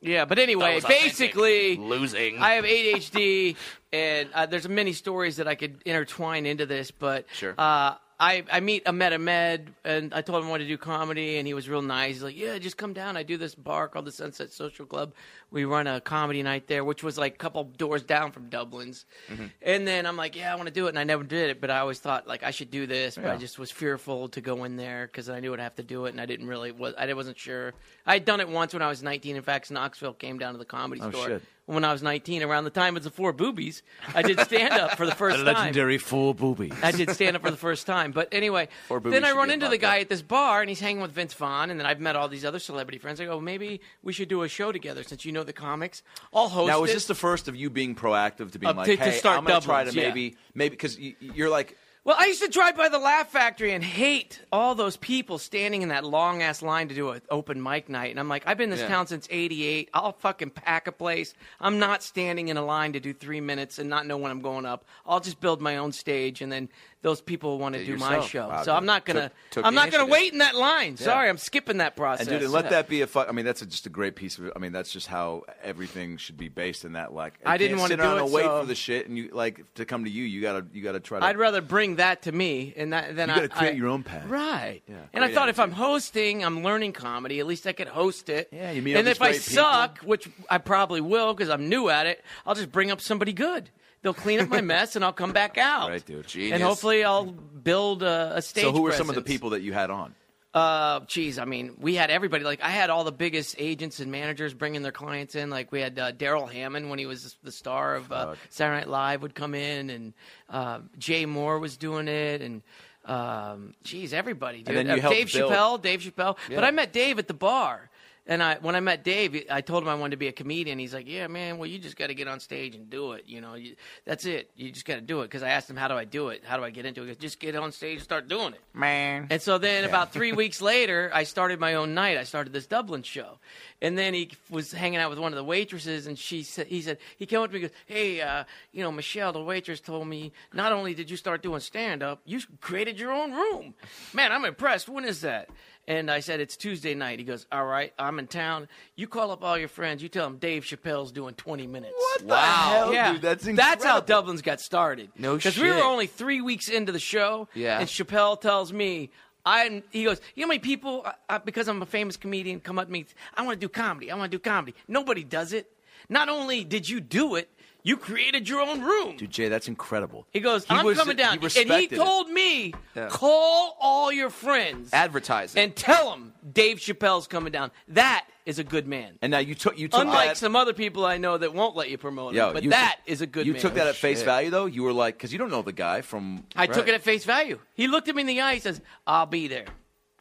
yeah. But anyway, was authentic. basically, Losing. I have ADHD, and uh, there's many stories that I could intertwine into this, but Sure. uh, I, I meet Ahmed Ahmed, and I told him I wanted to do comedy, and he was real nice. He's like, "Yeah, just come down. I do this bar called the Sunset Social Club. We run a comedy night there, which was like a couple doors down from Dublin's." Mm-hmm. And then I'm like, "Yeah, I want to do it," and I never did it, but I always thought like I should do this, but I just was fearful to go in there because I knew I'd have to do it, and I didn't really was I wasn't sure. I had done it once when I was 19. In fact, Knoxville came down to the comedy Oh, store shit. when I was 19, around the time of the four boobies, I did stand up for the first time. full booby. I did stand up for the first time. But anyway, Four Boobies then I should run be a into the podcast. guy at this bar and he's hanging with Vince Vaughn. And then I've met all these other celebrity friends. I go, maybe we should do a show together since you know the comics. I'll host Now, it. is this the first of you being proactive to being Up like, to- to "Hey, start I'm going to try to Dublin's, yeah. maybe, maybe," because you, you're like, Well, I used to drive by the Laugh Factory and hate all those people standing in that long ass line to do an open mic night. And I'm like, I've been in this Yeah. town since '88. I'll fucking pack a place. I'm not standing in a line to do three minutes and not know when I'm going up. I'll just build my own stage, and then those people want to do my yourself. show. Wow, so I'm not took- gonna. took I'm the not gonna initiative. wait in that line. Sorry, I'm skipping that process. And dude, and let that be a fu- I mean, that's a, just a great piece of. I mean, that's just how everything should be based in that. Like, I didn't can't wanna sit around do it, and wait so- for the shit, and you like to come to you. You gotta, you gotta try to. I'd rather bring that to me, and that then You I gotta create I- your own path. right? Yeah. And I Great thought if I'm hosting, I'm learning comedy. At least I could host it. Yeah, you meet all And these if I great people. suck, which I probably will because I'm new at it, I'll just bring up somebody good. They'll clean up my mess, and I'll come back out. Right, dude. And Genius. hopefully, I'll build a, a stage. So, who were some of the presence. people that you had on? Uh, geez, I mean, we had everybody. Like, I had all the biggest agents and managers bringing their clients in. Like, we had uh, Daryl Hammond when he was the star of uh, Saturday Night Live would come in, and uh, Jay Moore was doing it, and um, geez, everybody. Dude. then you Uh, helped Dave build. Chappelle, Dave Chappelle. But I met Dave at the bar. And I, when I met Dave, I told him I wanted to be a comedian. He's like, "Yeah, man. Well, you just got to get on stage and do it. You know, you, that's it. You just got to do it." Because I asked him, "How do I do it? How do I get into it?" He goes, just get on stage and start doing it. And so then about three weeks later, I started my own night. I started this Dublin show. And then he was hanging out with one of the waitresses, and she said, he said, he came up to me and goes, Hey, uh, you know, Michelle, the waitress told me not only did you start doing stand up, you created your own room. Man, I'm impressed. When is that? And I said, It's Tuesday night. He goes, All right, I'm in town. You call up all your friends, you tell them Dave Chappelle's doing 20 minutes. What Wow, yeah, dude, that's that's how incredible. Dublin's got started. No because we were shit. only three weeks into the show. Yeah. and Chappelle tells me, I he goes, you know, how many people I, I, because I'm a famous comedian come up to me. I want to do comedy. I want to do comedy. Nobody does it. Not only did you do it, You created your own room. Dude, Jay, that's incredible. He goes, I'm was- coming down. he and he respected it. told me, call all your friends Advertising. and tell them Dave Chappelle's coming down. That is a good man. And now you took you took Unlike that, some other people I know that won't let you promote him, Yo, but you that took- is a good You man. took that at face value though. You were like, because you don't know the guy from. I took it at face value. He looked at me in the eye. He says, I'll be there.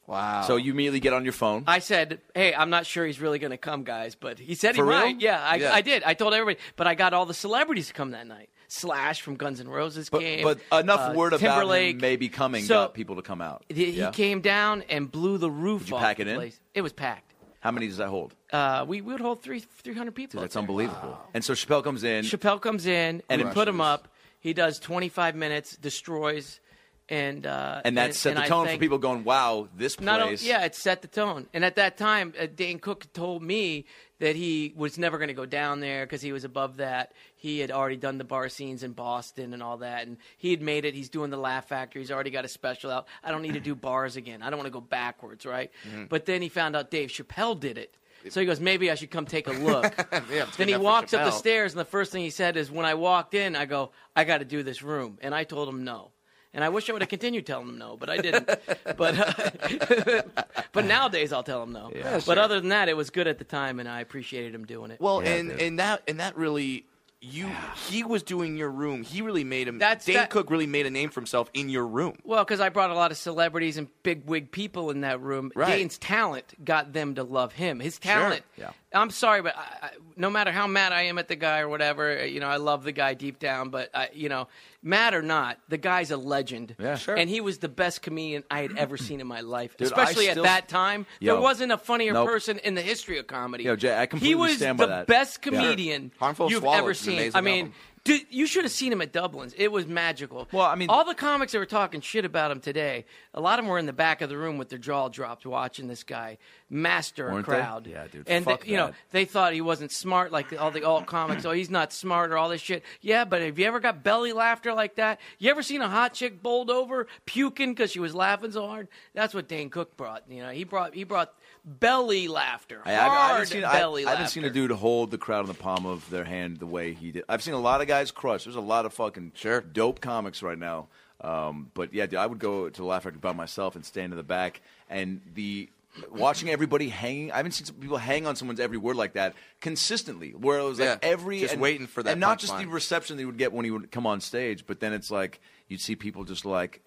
wow. So you immediately get on your phone. I said, "Hey, I'm not sure he's really going to come, guys," but he said For he real? might. Yeah I, Yeah. I did. I told everybody, but I got all the celebrities to come that night. Slash from Guns N' Roses but, came. but enough uh, word about Timberlake. him maybe coming So, got people to come out. He, he Yeah? came down and blew the roof. you off pack the it in? Place. It was packed. How many does that hold? Uh, we, we would hold three three hundred people. Dude, that's up there. unbelievable. And so Chappelle comes in. Chappelle comes in And and it we put him rushes. up. He does 25 minutes, destroys, and uh, and that set and the I tone for think- people going, "Wow, this place." Not only, yeah, it set the tone. And at that time, uh, Dane Cook told me that he was never going to go down there because he was above that. He had already done the bar scenes in Boston and all that, and he had made it. He's doing the Laugh Factory. He's already got a special out. I don't need to do bars again. I don't want to go backwards, right? But then he found out Dave Chappelle did it. So he goes, maybe I should come take a look. then he enough for walks up the Chappelle. stairs, and the first thing he said is, when I walked in, I go, I got to do this room. And I told him no. And I wish I would have continued telling him no, but I didn't. but uh, but nowadays I'll tell him no. but other than that, it was good at the time, and I appreciated him doing it. Well, and and that and that really you he was doing your room. He really made him. That's- Dane that- Cook really made a name for himself in your room. Well, because I brought a lot of celebrities and big wig people in that room. Right. Dane's talent got them to love him. His talent. Yeah. I'm sorry, but I, I, no matter how mad I am at the guy or whatever, uh, you know, I love the guy deep down. But I, you know, mad or not, the guy's a legend. Yeah. Sure. And he was the best comedian I had ever seen in my life, Dude, I especially still- at that time. Yo. there wasn't a funnier Nope. person in the history of comedy. Yo, Jay, I completely he was stand by the that. best Sure. comedian Harmful you've Swallows ever is an seen. amazing I mean. album. Dude, you should have seen him at Dublin's. It was magical. Well, I mean- all the comics that were talking shit about him today, a lot of them were in the back of the room with their jaw dropped, watching this guy master Weren't a they? crowd. Yeah, dude, And fuck they- you know, that. they thought he wasn't smart, like the- all the alt comics. oh, he's not smart or all this shit. Yeah, but have you ever got belly laughter like that? You ever seen a hot chick bowled over, puking because she was laughing so hard? That's what Dane Cook brought. You know, he brought he brought belly laughter, I, I- I hard haven't seen, I- belly I, laughter. haven't seen a dude hold the crowd in the palm of their hand the way he did. I've seen a lot of guys crush. There's a lot of fucking Sure. dope comics right now. Um, but yeah, dude, I would go to the Laugh Factory by myself and stand in the back and the watching everybody hanging. I haven't seen some people hang on someone's every word like that consistently. Where it was like Yeah, every just and, waiting for that and not just punchline. the reception that you would get when he would come on stage, but then it's like you'd see people just like.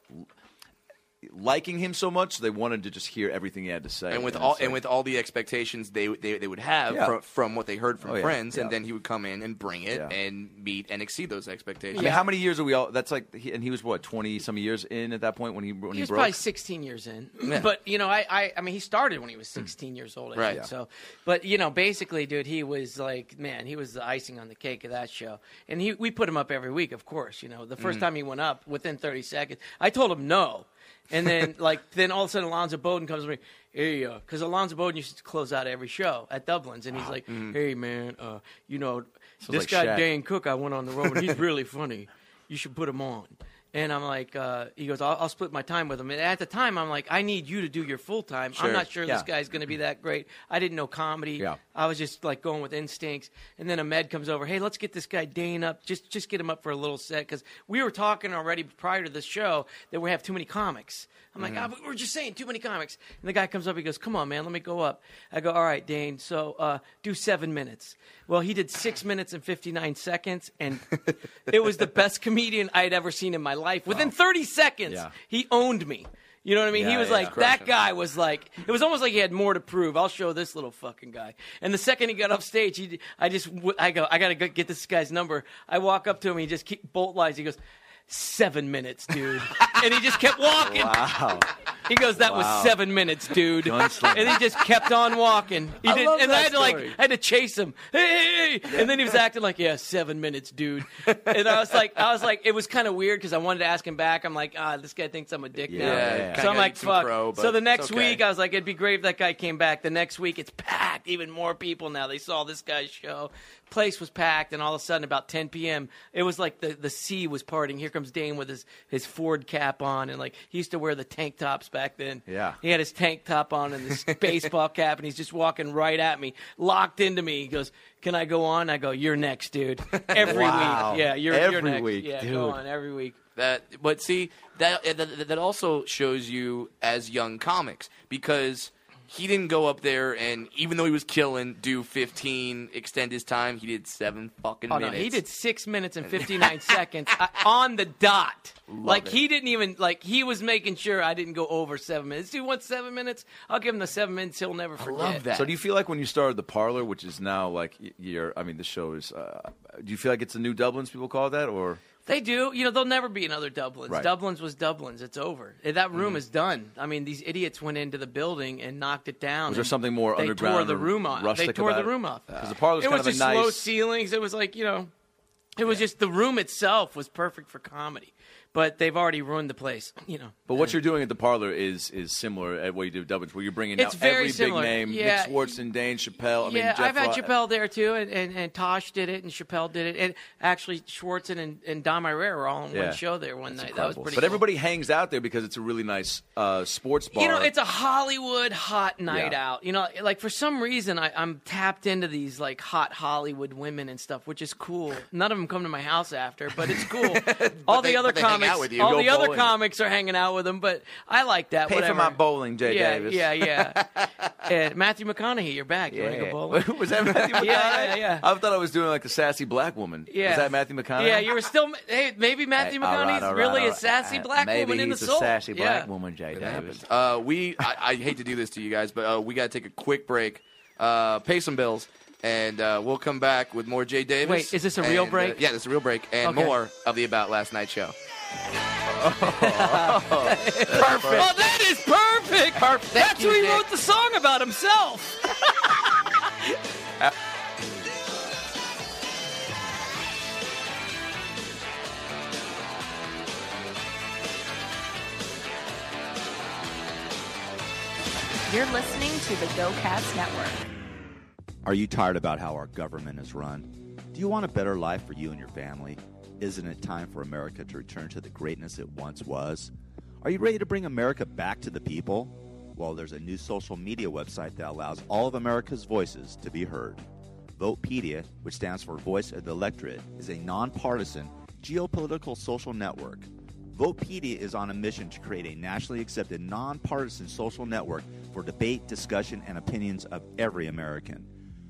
Liking him so much, they wanted to just hear everything he had to say. And with it's all like- and with all the expectations they they, they would have Yeah. from, from what they heard from Oh, yeah, friends, and yeah. then he would come in and bring it Yeah. and meet and exceed those expectations. I mean, how many years are we all? That's like, he, and he was what twenty some years in at that point when he when he was broke. probably 16 years in but you know I, I i mean he started when he was 16 years old I Right. think, Yeah. so but you know basically dude he was like man he was the icing on the cake of that show and he we put him up every week of course you know the first time he went up within 30 seconds i told him no and then like then all of a sudden alonzo bowden comes to me hey because alonzo bowden used to close out every show at dublin's and he's like hey man uh, you know this guy like Shaq. dane cook i went on the road and he's really funny you should put him on. And I'm like, uh, he goes, I'll, I'll split my time with him. And at the time, I'm like, I need you to do your full time. I'm not sure Yeah. this guy's going to be that great. I didn't know comedy. Yeah. I was just like going with instincts. And then Ahmed comes over. Hey, let's get this guy Dane up. Just just get him up for a little set because we were talking already prior to the show that we have too many comics. I'm like, Mm-hmm. "Ah, we we're just saying too many comics. And the guy comes up. He goes, Come on, man, let me go up. I go, All right, Dane. So uh, do seven minutes. Well, he did six minutes and 59 seconds, and it was the best comedian I had ever seen in my life. Within 30 seconds, Yeah. he owned me. You know what I mean? he Yeah, was yeah, like, yeah. that guy was like, it was almost like he had more to prove. I'll show this little fucking guy. And the second he got off stage, he, I just, w- I go, I gotta go get this guy's number. I walk up to him, he just keep bolt lies. He goes, seven minutes, dude. and he just kept walking. Wow. He goes, that was seven minutes, dude. Gunslinger. And he just kept on walking. He did, love and that I had to like, story. I had to chase him. Hey, hey, hey. And then he was acting like, yeah, seven minutes, dude. And I was like, I was like, it was kind of weird because I wanted to ask him back. I'm like, ah, this guy thinks I'm a dick now. Yeah, yeah, yeah. So I'm Kinda like, eats some fuck. crow, but so the it's next okay. week, I was like, it'd be great if that guy came back. The next week, it's packed. even more people now. They saw this guy's show. Place was packed, and all of a sudden, about 10 p.m., it was like the, the sea was parting. Here comes Dane with his, his Ford cap on, and like he used to wear the tank tops back then. Yeah. He had his tank top on and this baseball cap, and he's just walking right at me, locked into me. He goes, Can I go on? I go, You're next, dude. Every Wow. week. Yeah, you're, you're Every next. week, yeah, dude. go on every week. That, but see, that, that that also shows you as young comics because he didn't go up there and even though he was killing, do fifteen, extend his time. He did seven fucking Oh no, minutes. he did six minutes and fifty nine seconds I, on the dot. like it. he didn't even like he was making sure I didn't go over seven minutes. Dude wants seven minutes. I'll give him the seven minutes. He'll never forget. love that. So do you feel like when you started the parlor, which is now like y- your, I mean, the show is. Uh, do you feel like it's the new Dublin's? People call it that, or They do. You know, there'll never be another Dublin's. Right. Mm-hmm. Dublin's was Dublin's. It's over. Eh, That room is done. I mean, these idiots went into the building and knocked it down. was there and something more they underground? tore the or room off. rustic They tore the about it? Uh, room off. 'Cause the parlor's it kind was of a just nice. low ceilings. It was like you know, it was just the room itself was perfect for comedy. But they've already ruined the place. You know. But what you're doing at the parlor is is similar at what you do at Dublin's, where you're bringing It's out very every similar. big name, Yeah. Nick Swartzen, Dane Chappelle. I mean, yeah, Jeff I've had Lo- Chappelle there too, and, and, and Tosh did it, and Chappelle did it, and actually Schwartzen and, and Don Irera were all on Yeah. one show there one night. That was Incredible. pretty. But cool. everybody hangs out there because it's a really nice uh, sports bar. you know, it's a Hollywood hot night Yeah. out. You know, like for some reason I, I'm tapped into these like hot Hollywood women and stuff, which is cool. None of them come to my house after, but it's cool. all they- the other but they hang out comics, with you. all Go the other bowling. comics are hanging out with them, but I like that. Pay whatever. for my bowling, Jay yeah, Davis. yeah, yeah, And Matthew McConaughey, you're back. You want to go bowling? was that Matthew McConaughey? yeah, yeah. I thought I was doing like a sassy black woman. Yeah. Was that Matthew McConaughey? Yeah, you were still. Hey, maybe Matthew All right, McConaughey's all right, really all a right. sassy Uh, black Maybe woman in the he's soul. a sassy yeah. black woman, Jay Davis. Uh, we, I, I hate to do this to you guys, but uh, we got to take a quick break, uh, pay some bills, and uh, we'll come back with more Jay Davis. Wait, is this a real and, uh, break? yeah, this is a real break, and Okay. more of the About Last Night show. Oh, that is perfect. Perfect. That's you, who he Nick. wrote the song about himself. You're listening to the Go Cats Network. Are you tired about how our government is run? Do you want a better life for you and your family? Isn't it time for America to return to the greatness it once was? Are you ready to bring America back to the people? Well, there's a new social media website that allows all of America's voices to be heard. Votepedia, which stands for Voice of the Electorate, is a nonpartisan geopolitical social network. Votepedia is on a mission to create a nationally accepted nonpartisan social network for debate, discussion, and opinions of every American.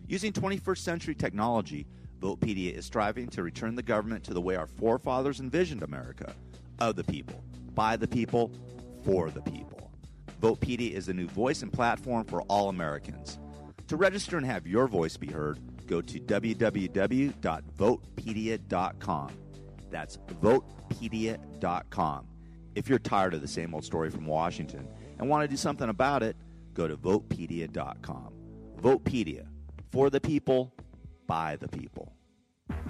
Using 21st century technology, Votepedia is striving to return the government to the way our forefathers envisioned America of the people, by the people, for the people. Votepedia is a new voice and platform for all Americans. To register and have your voice be heard, go to www.votepedia.com. That's votepedia.com. If you're tired of the same old story from Washington and want to do something about it, go to votepedia.com. Votepedia for the people, by the people.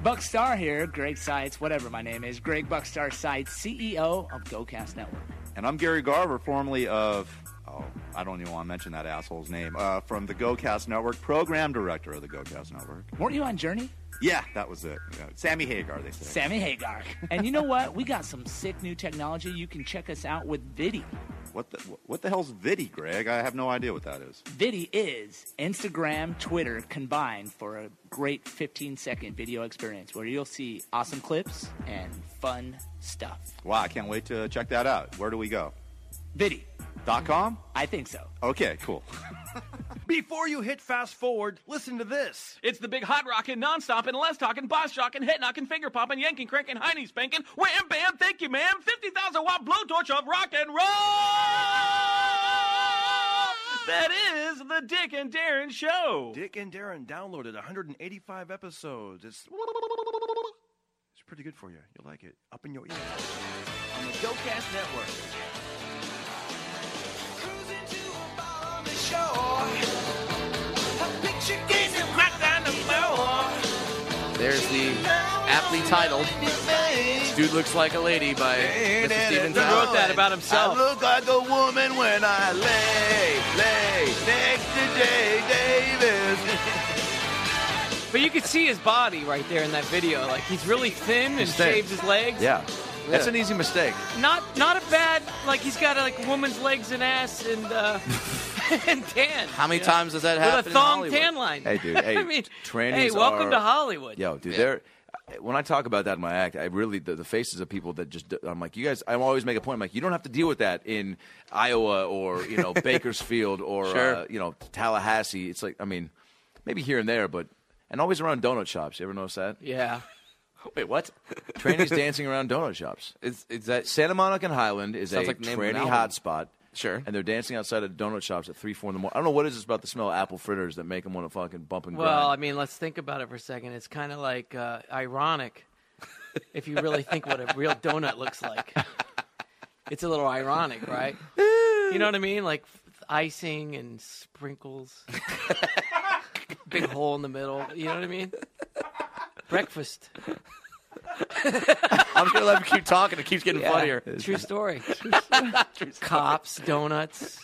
Buck Star here, Greg Sites, whatever my name is, Greg Buckstar Sites, CEO of GoCast Network. And I'm Gary Garver, formerly of, oh, I don't even want to mention that asshole's name, uh, from the GoCast Network, program director of the GoCast Network. Weren't you on Journey? Yeah, that was it. Yeah, Sammy Hagar, they said. Sammy Hagar. and you know what? We got some sick new technology. You can check us out with Viddy. What the, what the hell's Viddy, Greg? I have no idea what that is. Viddy is Instagram, Twitter combined for a great 15 second video experience where you'll see awesome clips and fun stuff. Wow, I can't wait to check that out. Where do we go? Viddy, Dot com? I think so. Okay, cool. Before you hit fast forward, listen to this. It's the big hot rockin', nonstop and less talking, boss shocking, head knocking, finger popping, yanking, cranking, hiney spanking, wham bam, thank you, ma'am. 50,000 watt blowtorch of rock and roll. That is the Dick and Darren Show. Dick and Darren downloaded 185 episodes. It's it's pretty good for you. You'll like it. Up in your ear. On the GoCast Network. There's the aptly titled "Dude Looks Like a Lady" by Mr. Steven He Tyler. wrote that about I himself. look like a woman when I lay, lay next to Jay Davis. But you could see his body right there in that video. Like he's really thin and He's thin. shaves his legs. Yeah. That's Yeah. an easy mistake. Not not a bad like he's got like woman's legs and ass and uh and tan. How many you know? times does that happen With a in thong Hollywood? tan line. Hey, dude. Hey, I mean, trannies hey, welcome are- to Hollywood. Yo, dude, they're. When I talk about that in my act, I really the, the faces of people that just I'm like, you guys. I always make a point. I'm like, you don't have to deal with that in Iowa or you know Bakersfield or uh, Sure. you know Tallahassee. It's like, I mean, maybe here and there, but and always around donut shops. You ever notice that? Yeah. Wait, what? Trannies dancing around donut shops. Is is that Santa Monica and Highland is Sounds a like the name of an tranny album. hotspot. Sure. And they're dancing outside of donut shops at three, four in the morning. I don't know what it is about the smell of apple fritters that make them want to fucking bump and grind. Well, I mean, let's think about it for a second. It's kind of like uh, ironic if you really think what a real donut looks like. It's a little ironic, right? You know what I mean? Like f- icing and sprinkles, big hole in the middle. You know what I mean? Breakfast. I'm just gonna let him keep talking. It keeps getting funnier. True story. Cops, donuts,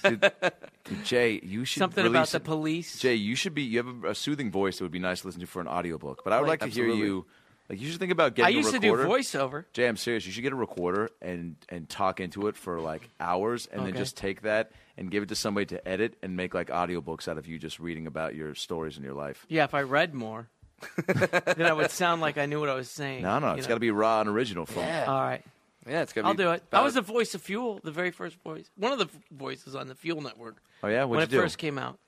Jay, you should something release about the it. police. Jay, you should be. You have a, a soothing voice that would be nice to listen to for an audiobook. But I would Like, like to hear absolutely. you. Like you should think about I getting used a to do recorder. voiceover. Jay, I'm serious. You should get a recorder and and talk into it for like hours, and then Okay. just take that and give it to somebody to edit and make like audiobooks out of you just reading about your stories in your life. Yeah, if I read more, then I would sound like I knew what I was saying. No, no, you it's know? got to be raw and original. From All right. Yeah, it's gonna. I'll be do it. I about- was the voice of Fuel, the very first voice, one of the f- voices on the Fuel Network. Oh, yeah? What'd when you it do? first came out,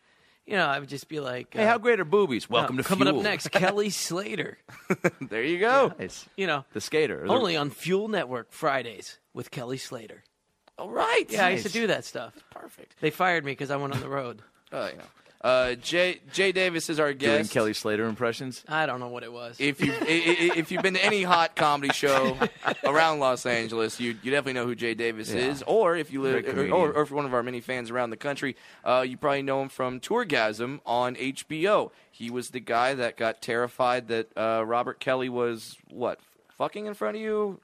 you know, I would just be like, Hey, uh, how great are boobies? uh, Welcome to coming Fuel. up next, Kelly Slater. there you go. It's You know, the skater. or the- only on Fuel Network Fridays with Kelly Slater. All right. Yeah, I used to do that stuff. Perfect. They fired me because I went on the road. Uh, you know. Uh, Jay Jay Davis is our doing guest. Kelly Slater impressions. I don't know what it was. If you i- i- i- if you've been to any hot comedy show around Los Angeles, you you definitely know who Jay Davis is. Or if you live, Great or, comedian. or, or if you're one of our many fans around the country, uh, you probably know him from Tourgasm on HBO. He was the guy that got terrified that uh, Robert Kelly was what fucking in front of you.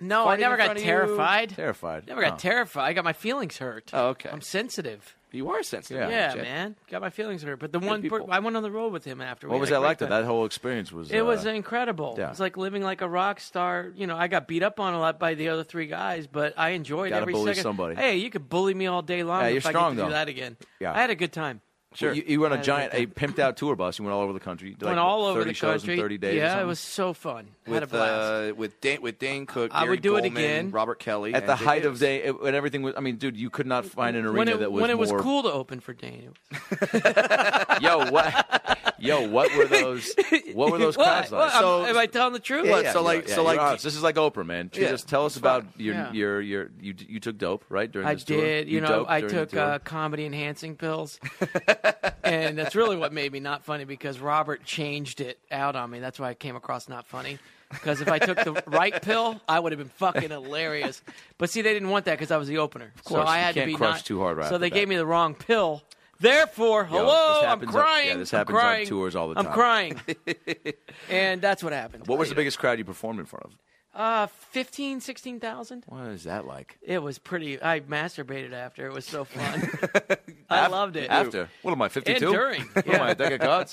no, I fighting never in got front of you. terrified. Terrified. never got Oh. terrified. I got my feelings hurt. Oh, okay. I'm sensitive. You are sensitive. Yeah, Jay. man, got my feelings hurt. But the one, per- people. I went on the road with him after. What was that like? Though that whole experience was. It uh, was incredible. yeah. It was like living like a rock star. You know, I got beat up on a lot by the other three guys, but I enjoyed Gotta every bully second. somebody. Hey, you could bully me all day long. Yeah, if you're I strong, get to though. do that again. Yeah. I had a good time. Sure. You, you were on a I giant, a like pimped out tour bus. You went all over the country. You did, Went like, all over 30 the shows country. in 30 days. or yeah, it something? was so fun. had a With blast. uh, with Dan, with Dan Cook, I would Gary do it Goldman, again. Robert Kelly at and the Jay height Davis. of day. It, when everything was, I mean, dude, you could not find an arena when it, that was when it was more- cool to open for Dane, it Yo, what? Yo, what were those? What were was those what? crowds What? like? I'm- So- am I telling the truth? What? yeah, so like- yeah, so you're like- honest. this is like Oprah, man. Yeah, Jesus, tell us it's about your, Yeah. your your you d- you took dope right during I this tour? did. You, know, doped I during the took tour? uh, comedy enhancing pills, and that's really what made me not funny because Robert changed it out on me. That's why I came across not funny. Because if I took the right pill, I would have been fucking hilarious. But see, they didn't want that because I was the opener. Of course, so I you had to can't be crush not, too hard right So off they the gave bat. me the wrong pill. Therefore, hello, this I'm happens on- yeah, crying. this I'm happens on crying, tours all the I'm time. crying, and that's what happened. What was the biggest crowd you performed in front of? Uh, fifteen, sixteen thousand. What is that like? It was pretty. I masturbated after. It was so fun. I loved it. After what am I? Fifty two. And during, What am I? A deck of cards?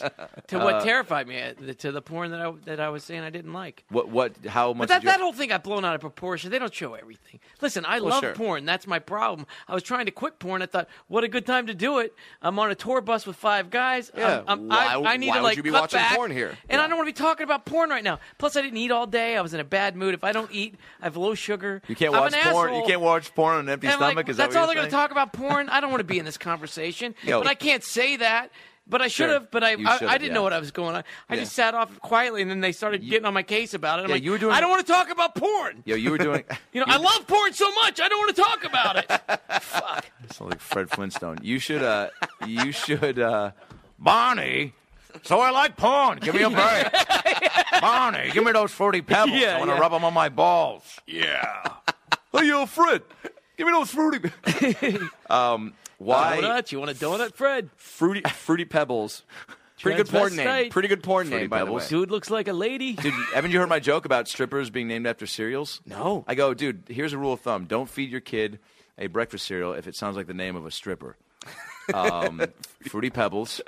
to what terrified me uh, to the porn that I that I was saying I didn't like. What? What? How But much? that, did you- that whole thing got blown out of proportion. They don't show everything. Listen, I love sure. porn. That's my problem. I was trying to quit porn. I thought, what a good time to do it. I'm on a tour bus with five guys. Yeah, I'm, I'm, why- I, I need why to would like you be cut watching back, porn here? And I don't want to be talking about porn right now. Plus, I didn't eat all day. I was in a bad mood. If I don't eat, I have low sugar. You can't I'm watch an porn. Asshole. You can't watch porn on an empty And I'm like, stomach. is that that's what all you're they're going to saying? talk about porn. I don't want to be in this conversation, Yo. but I can't say that. But I should Sure. have. But I, You I, should I have, didn't yeah. know what I was going on. I just sat off quietly, and then they started getting on my case about it. I'm Yeah, like, you were doing- I don't want to talk about porn. Yo, you were doing. You know, I love porn so much. I don't want to talk about it. Fuck. Sound like Oh, Fred Flintstone. You should. uh You should. uh Barney. So I like porn. Give me a break, Barney. Give me those fruity pebbles. Yeah, I want to yeah. 'em rub them on my balls. Yeah. hey, yo, Fred. Give me those fruity. um. Why? Donut? You want a donut, Fred? Fruity Fruity Pebbles. Pretty good porn name. Transvestite. Pretty good porn name, by the way. Pebbles. Dude looks like a lady. Dude, haven't you heard my joke about strippers being named after cereals? No. I go, dude. Here's a rule of thumb: don't feed your kid a breakfast cereal if it sounds like the name of a stripper. Um, Fruity Pebbles,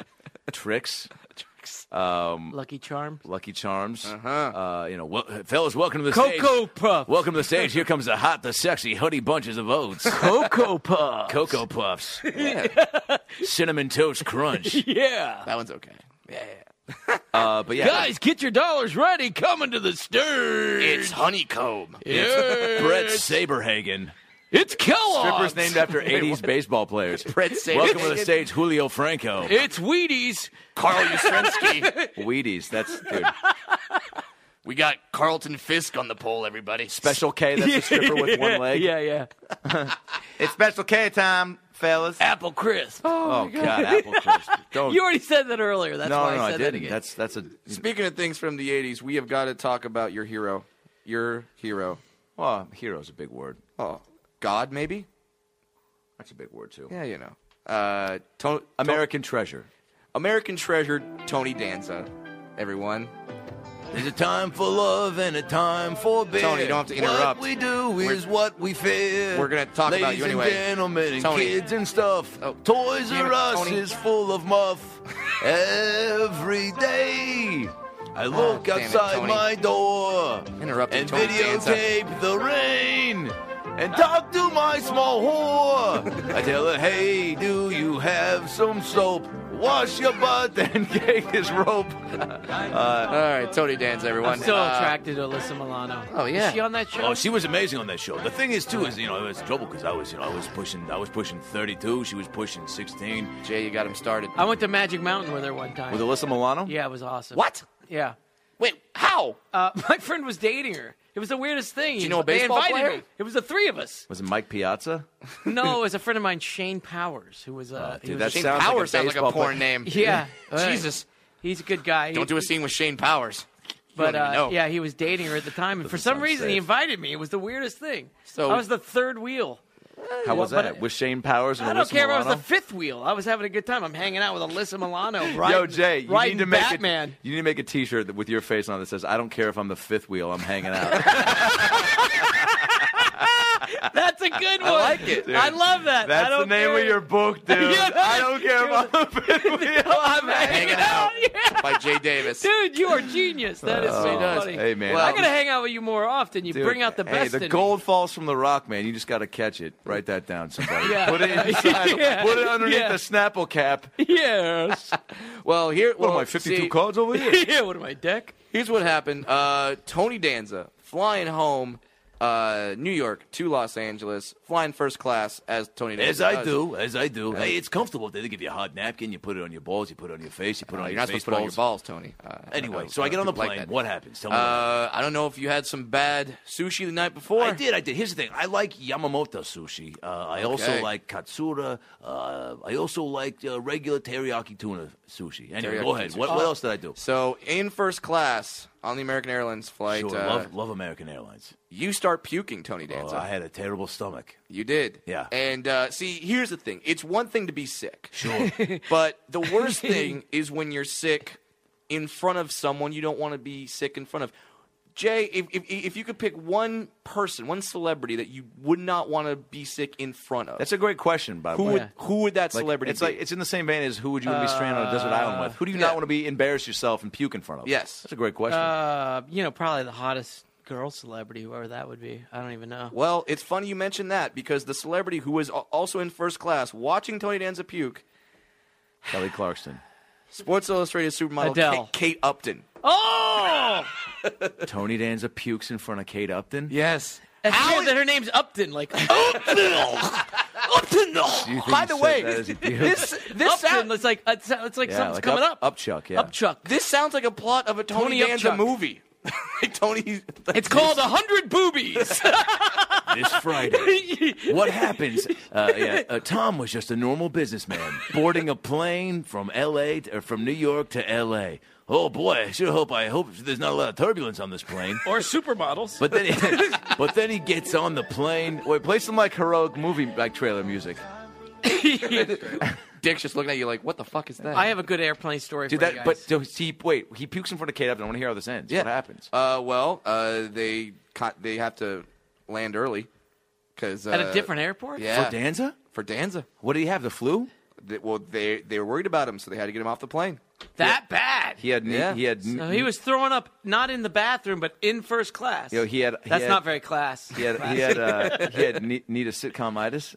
Tricks, Fox. Um, Lucky Charms. Lucky Charms. Uh-huh. Uh, you know, well, fellas, welcome to the Cocoa stage. Puffs. Welcome to the stage. Here comes the hot, the sexy, honey bunches of oats. Cocoa Puffs. Cocoa Puffs. Cinnamon Toast Crunch. yeah. That one's okay. Yeah. Uh, but yeah, Guys, get your dollars ready. Coming to the stage. It's honeycomb. yeah. Brett Saberhagen. It's Kellogg's. Strippers named after 80s baseball players. Brett Saberhagen. Welcome to the stage, Julio Franco. It's Wheaties. Carl Yastrzemski. Wheaties. That's, dude. we got Carlton Fisk on the poll, everybody. Special K, that's a stripper with one leg. Yeah, yeah. It's Special K time, fellas. Apple Crisp. Oh, God, Apple Crisp. Don't. You already said that earlier. That's no, why no, I I said that didn't. again. That's that's a Speaking of things from the 80s, we have got to talk about your hero. Your hero. well, hero's a big word. Oh, God, maybe? That's a big word too. Yeah, you know. Uh, to- to- American treasure. American treasure, Tony Danza, everyone. There's a time for love and a time for beer. Tony, you don't have to interrupt. What we do We're- is what we fear. we're gonna talk Ladies about you anyway. and gentlemen and Tony. kids and stuff. Oh, Toys damn R it, Us Tony. is full of muff every day. I look Oh, damn it, outside Tony. my door Interrupted and Tony Danza. videotape the rain and talk to my small whore. I tell her, hey, do you have some soap? Wash your butt and get this rope. All right, Tony Danza, everyone. Oh. I'm still Uh, attracted to Alyssa Milano. oh, yeah. Is she on that show? Oh, she was amazing on that show. The thing is, too, is you know, it was trouble because I was, you know, I was pushing, I was pushing 32. She was pushing 16. Jay, you got him started. I went to Magic Mountain with her one time. Alyssa Milano? yeah, it was awesome. What? Yeah. Wait, how? Uh, my friend was dating her. It was the weirdest thing. you know a baseball they invited player? Me. It was the three of us. Was it Mike Piazza? Uh, No, it was a friend of mine, Shane Powers, who was. Uh, he dude, was that Shane sounds like Powers a sounds like a baseball porn player. name. yeah. All right. Jesus. He's a good guy. He- Don't do a scene with Shane Powers. But don't even uh, know. yeah, he was dating her at the time, and for some sound reason, he safe. invited me. It was the weirdest thing. So- I was the third wheel. How was but that? I- With Shane Powers and I don't Alyssa care if I Milano? was the fifth wheel. I was having a good time. I'm hanging out with Alyssa Milano. Riding, Yo, Jay, you riding need to make Batman. A, you need to make a T-shirt that- with your face on it that says, "I don't care if I'm the fifth wheel. I'm hanging out." That's a good one. I like it. I love that. I That's don't the name care. of your book, dude. Yeah, I don't care that's if I'm the fifth wheel. I'm hanging Hanging out by Jay Davis. Dude, you are genius. That is so does. funny. Hey, man. I gotta hang out with you more often. You Dude, bring out the best. Hey, the in gold falls from the rock, man. You just got to catch it. Write that down, somebody. Yeah. Put it inside. Yeah. Put it underneath Yeah. the Snapple cap. Me. Yes. Well, here. What well, am I, 52 see, cards over here? yeah. What am I, Deck? Here's what happened. Uh, Tony Danza flying home, uh, New York to Los Angeles, flying first class as Tony Danza. As I does. do, as I do. Hey, it's comfortable. They give you a hot napkin. You put it on your balls. You put it on your face. You put it Oh, on you're your not face supposed to put it on your balls. balls, Tony. Uh, Anyway, know so I get on the people like plane. that. what happens? Tell me. what happens. Uh, I don't know if you had some bad sushi the night before. I did. I did. Here's the thing. I like Yamamoto sushi. Uh, I also Okay. like katsura. Uh, I also like uh, regular teriyaki tuna sushi. Anyway, Teriyaki go ahead. tuna What, what else did I do? So in first class on the American Airlines flight, Sure, uh, love, love American Airlines. you start puking, Tony Danza. Oh, I had a terrible stomach. You did. Yeah. And uh, see, here's the thing. It's one thing to be sick. Sure. But the worst thing is when you're sick in front of someone you don't want to be sick in front of. Jay, if, if, if you could pick one person, one celebrity that you would not want to be sick in front of, That's a great question, by the who way. would who would that Like, celebrity It's be? like it's in the same vein as who would you want to be stranded on a desert island with? Who do you yeah. not want to be embarrass yourself and puke in front of? Yes. that's a great question. Uh, you know, probably the hottest girl celebrity, whoever that would be. I don't even know. well, it's funny you mentioned that because the celebrity who was al- also in first class watching Tony Danza puke, Kelly Clarkson, Sports Illustrated supermodel Adele. Ka- Kate Upton. Oh, Tony Danza pukes in front of Kate Upton. Yes. that's weird that her name's Upton. Like oh, Do you think By the so- way, that is a beautiful- This this Upton. sound, it's like it's, it's like yeah, something's like coming up. Upchuck, yeah. Upchuck. this sounds like a plot of a Tony, Tony Danza Upchuck. movie. Tony. It's called a hundred boobies. this Friday. what happens? Uh, yeah, uh, Tom was just a normal businessman boarding a plane from L.A. To, or from New York to L.A. Oh boy, I sure hope I hope there's not a lot of turbulence on this plane. or supermodels. But then, he, but then he gets on the plane. Wait, play some like heroic movie like trailer music. Dick's just looking at you like, what the fuck is that? I have a good airplane story Dude, for you that. guys. But so he wait. He pukes in front of Kate Upton. I want to hear how this ends. What happens? Uh, well, uh, they con- they have to land early because uh, at a different airport. yeah For Danza? for Danza. What did he have? The flu? They- well, they they were worried about him, so they had to get him off the plane. That bad. He had knee, Yeah. he had So he was throwing up not in the bathroom, but in first class. Yo, he had- he That's had- not very class. he had he had uh, he had need, need a sitcom itis.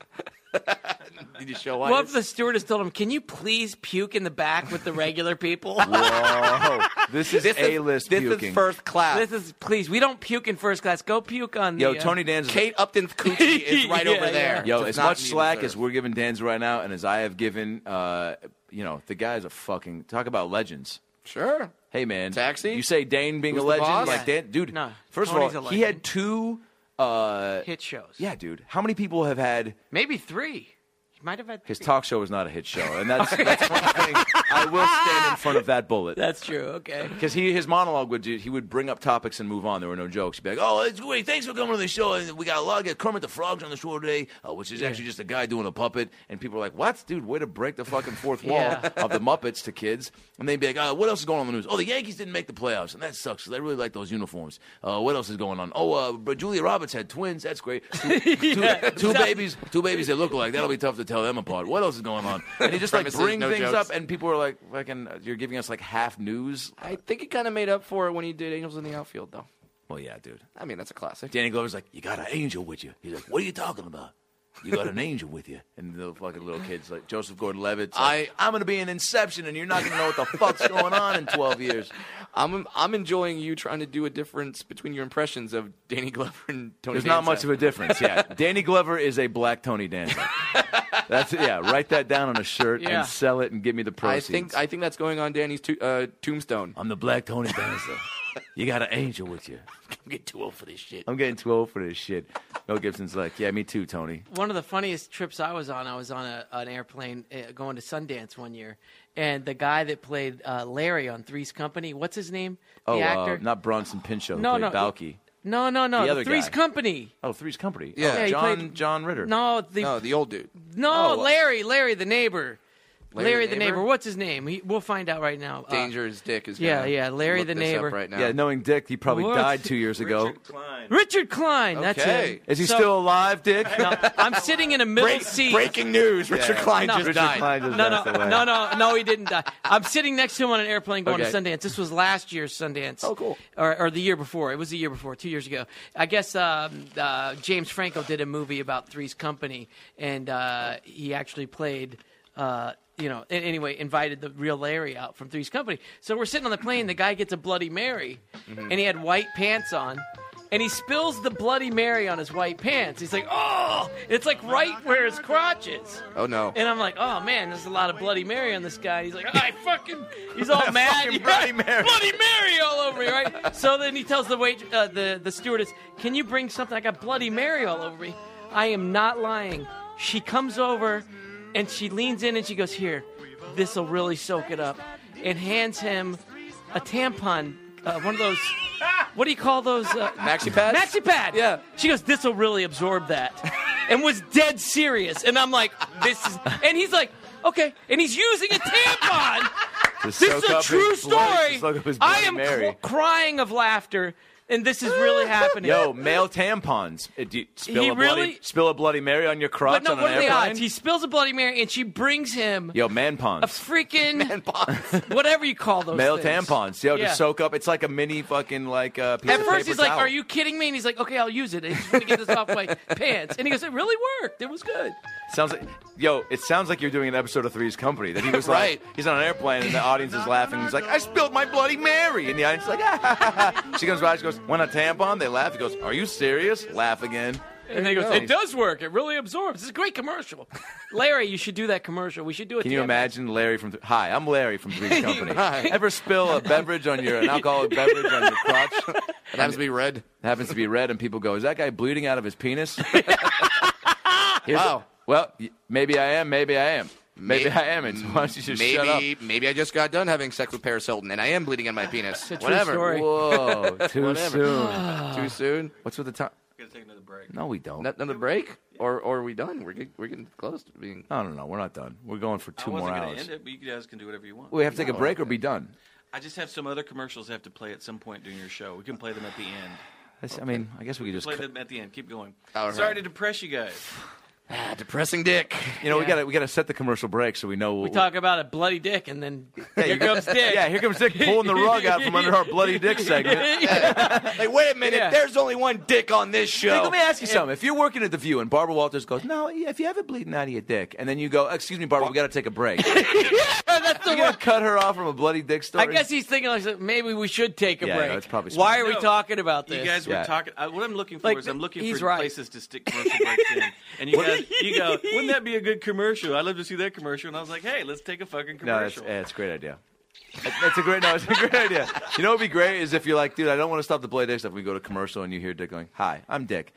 Did you show What if the stewardess told him, "Can you please puke in the back with the regular people? Whoa, this is This is- a list This puking. is first class. this is please. We don't puke in first class. Go puke on Yo, the, uh, Tony Danza. Kate Upton's coochie is right Yeah, over there. Yo, Does as not much need slack dessert. as we're giving Danza right now, and as I have given, uh, you know, the guy's a fucking talk about legends. sure. Hey man, Taxi? You say Dane being a Who's the legend, boss? like Dan, dude. No, first Tony's of all, a he had legend. two. Uh, hit shows. yeah, dude. How many people have had maybe three. He might have had his three. talk show was not a hit show, and that's that's one thing I will stand in front of that bullet. That's true. Okay. Because he his monologue would do, he would bring up topics and move on. There were no jokes. He'd be like, "Oh, it's great, thanks for coming to the show. And we got a log at Kermit the Frog's on the show today, uh, which is actually just a guy doing a puppet." And people are like, "What, dude? Way to break the fucking fourth wall Yeah. of the Muppets to kids." And they'd be like, uh, "What else is going on in the news? Oh, the Yankees didn't make the playoffs, and that sucks because I really like those uniforms. Uh, what else is going on? Oh, uh, but Julia Roberts had twins. That's great. Two, two- two babies, two babies that look alike. That'll be tough to tell them apart. What else is going on?" And he just like Premises, bring no things jokes. up, and people are like, "Fucking, you're giving us like half news." I think he kind of made up for it when he did Angels in the Outfield, though. Well, yeah, dude. I mean, that's a classic. Danny Glover's like, "You got an angel with you." He's like, "What are you talking about? You got an angel with you?" And the fucking little kids like Joseph Gordon-Levitt. Like, I, I'm gonna be an Inception, and you're not gonna know what the fuck's going on in 12 years. I'm I'm enjoying you trying to do a difference between your impressions of Danny Glover and Tony. There's not Danza. much of a difference. Yeah, Danny Glover is a black Tony Danza. That's yeah. Write that down on a shirt Yeah. and sell it and give me the I proceeds. think I think that's going on Danny's to, uh, tombstone. I'm the black Tony Danza. You got an angel with you. I'm getting too old for this shit. I'm getting too old for this shit. Mel Gibson's like, yeah, me too, Tony. one of the funniest trips I was on, I was on a, an airplane uh, going to Sundance one year, and the guy that played uh, Larry on Three's Company, what's his name? Oh, the uh, actor? not Bronson Pinchot. who No, played no. Balky. no, no, no, the the other Three's guy. Company. Oh, Three's Company. Yeah. Oh, Yeah, he John played- John Ritter. No, the No, the old dude. no, Oh, uh, Larry, Larry the neighbor, Larry, the neighbor? Uh, What's his name? He, we'll find out right now. Uh, Dangerous Dick is. yeah, gonna yeah, Larry look the this up neighbor. right now. Yeah, knowing Dick, he probably What? died two years ago. Klein. Richard Klein. That's Okay. it. Is he So- still alive, Dick? No, I'm sitting in a middle seat. Breaking news: Richard Klein No. just Richard died. Klein just No, no, passed away. no, no, no, he didn't die. I'm sitting next to him on an airplane going Okay. to Sundance. This was last year's Sundance. Oh, cool. Or, or the year before. It was the year before, two years ago. I guess um, uh, James Franco did a movie about Three's Company, and uh, he actually played. Uh, you know, a- anyway, invited the real Larry out from Three's Company. So we're sitting on the plane. The guy gets a Bloody Mary, Mm-hmm. and he had white pants on, and he spills the Bloody Mary on his white pants. He's like, "Oh!" It's like right where his crotch is. Oh no. And I'm like, oh man, there's a lot of Bloody Mary on this guy. He's like, I fucking, he's all mad. Fucking You're Bloody right. Mary. Bloody Mary all over me, right? so then he tells the wait, uh, the the stewardess, can you bring something? I got Bloody Mary all over me. I am not lying. She comes over, and she leans in and she goes, here, this will really soak it up, and hands him a tampon, uh, one of those. What do you call those? Uh, Maxi pads? Maxi pad. Yeah. She goes, "This will really absorb that," and was dead serious. And I'm like, "This is," and he's like, "Okay," and he's using a tampon. This this is a true story. I am Mary. cr- crying of laughter, and this is really happening. Yo, male tampons. Uh, do you spill, He a bloody, really- spill a Bloody Mary on your crotch but no, on an what are the airplane? odds? He spills a Bloody Mary, and she brings him Yo, man a pons. freaking Bonds. whatever you call those Male things. tampons. Yo, Yeah. just soak up. It's like a mini fucking like uh, piece At of first, paper he's like, towel. "Are you kidding me?" And he's like, "Okay, I'll use it. I just want to get this off my pants." And he goes, "It really worked. It was good." Sounds like, yo, it sounds like you're doing an episode of Three's Company. That he was Right. like, he's on an airplane and the audience is laughing. He's like, I spilled my Bloody Mary, and the audience is like, ah, ha, ha, ha. she comes by, she goes, want a tampon? They laugh. He goes, Are you serious? Laugh again. And they go, it does work. It really absorbs. It's a great commercial. Larry, you should do that commercial. We should do it. Can you imagine Larry from? Th- Hi, I'm Larry from Three's Company. Hi. Ever spill a beverage on your an alcoholic beverage on your crotch? It happens to be red. It happens to be red, and people go, "Is that guy bleeding out of his penis?" Here's Wow. well, y- maybe I am. Maybe I am. Maybe May- I am. It's why don't you just maybe, shut up? Maybe I just got done having sex with Paris Hilton, and I am bleeding on my penis. Whatever. story. Whoa, too Whatever. soon. Too soon. What's with the time? We're gonna take another break. No, we don't. N- Another break, or or are we done? We're get, we're getting close to being. No, no, no. We're not done. We're going for two I wasn't more gonna hours. end it, but you guys can do whatever you want. We have to take a break or be done. I just have some other commercials I have to play at some point during your show. We can play them at the end. That's- I mean, I guess we could just. Play Cut. them at the end. Keep going. All right. Sorry to depress you guys. Ah, depressing dick. You know, we Yeah. gotta we gotta set the commercial break so we know. We talk about a bloody dick, and then here comes dick. Yeah, here comes Dick pulling the rug out from under our bloody dick segment. Like, wait a minute, Yeah. there's only one dick on this Dick, show. let me ask you something. If you're working at the View and Barbara Walters goes, "No, yeah, if you have it bleeding out of your dick," and then you go, "Excuse me, Barbara, we got to take a break." That's the you one. gonna cut her off from a bloody dick story? I guess he's thinking like maybe we should take a Yeah, break. no, it's probably Why smart. are we No. talking about You this? guys were Yeah. talking. Uh, what I'm looking for Like, is I'm looking he's for right. places to stick commercial breaks in. And you guys, you go, wouldn't that be a good commercial? I love to see that commercial. And I was like, hey, let's take a fucking no, eh, that's, commercial. yeah, that's a great idea. That- That's a great no, it's a great idea. You know, what'd be great is if you're like, dude, I don't want to stop the bloody dick stuff. We go to commercial and you hear Dick going, "Hi, I'm Dick,"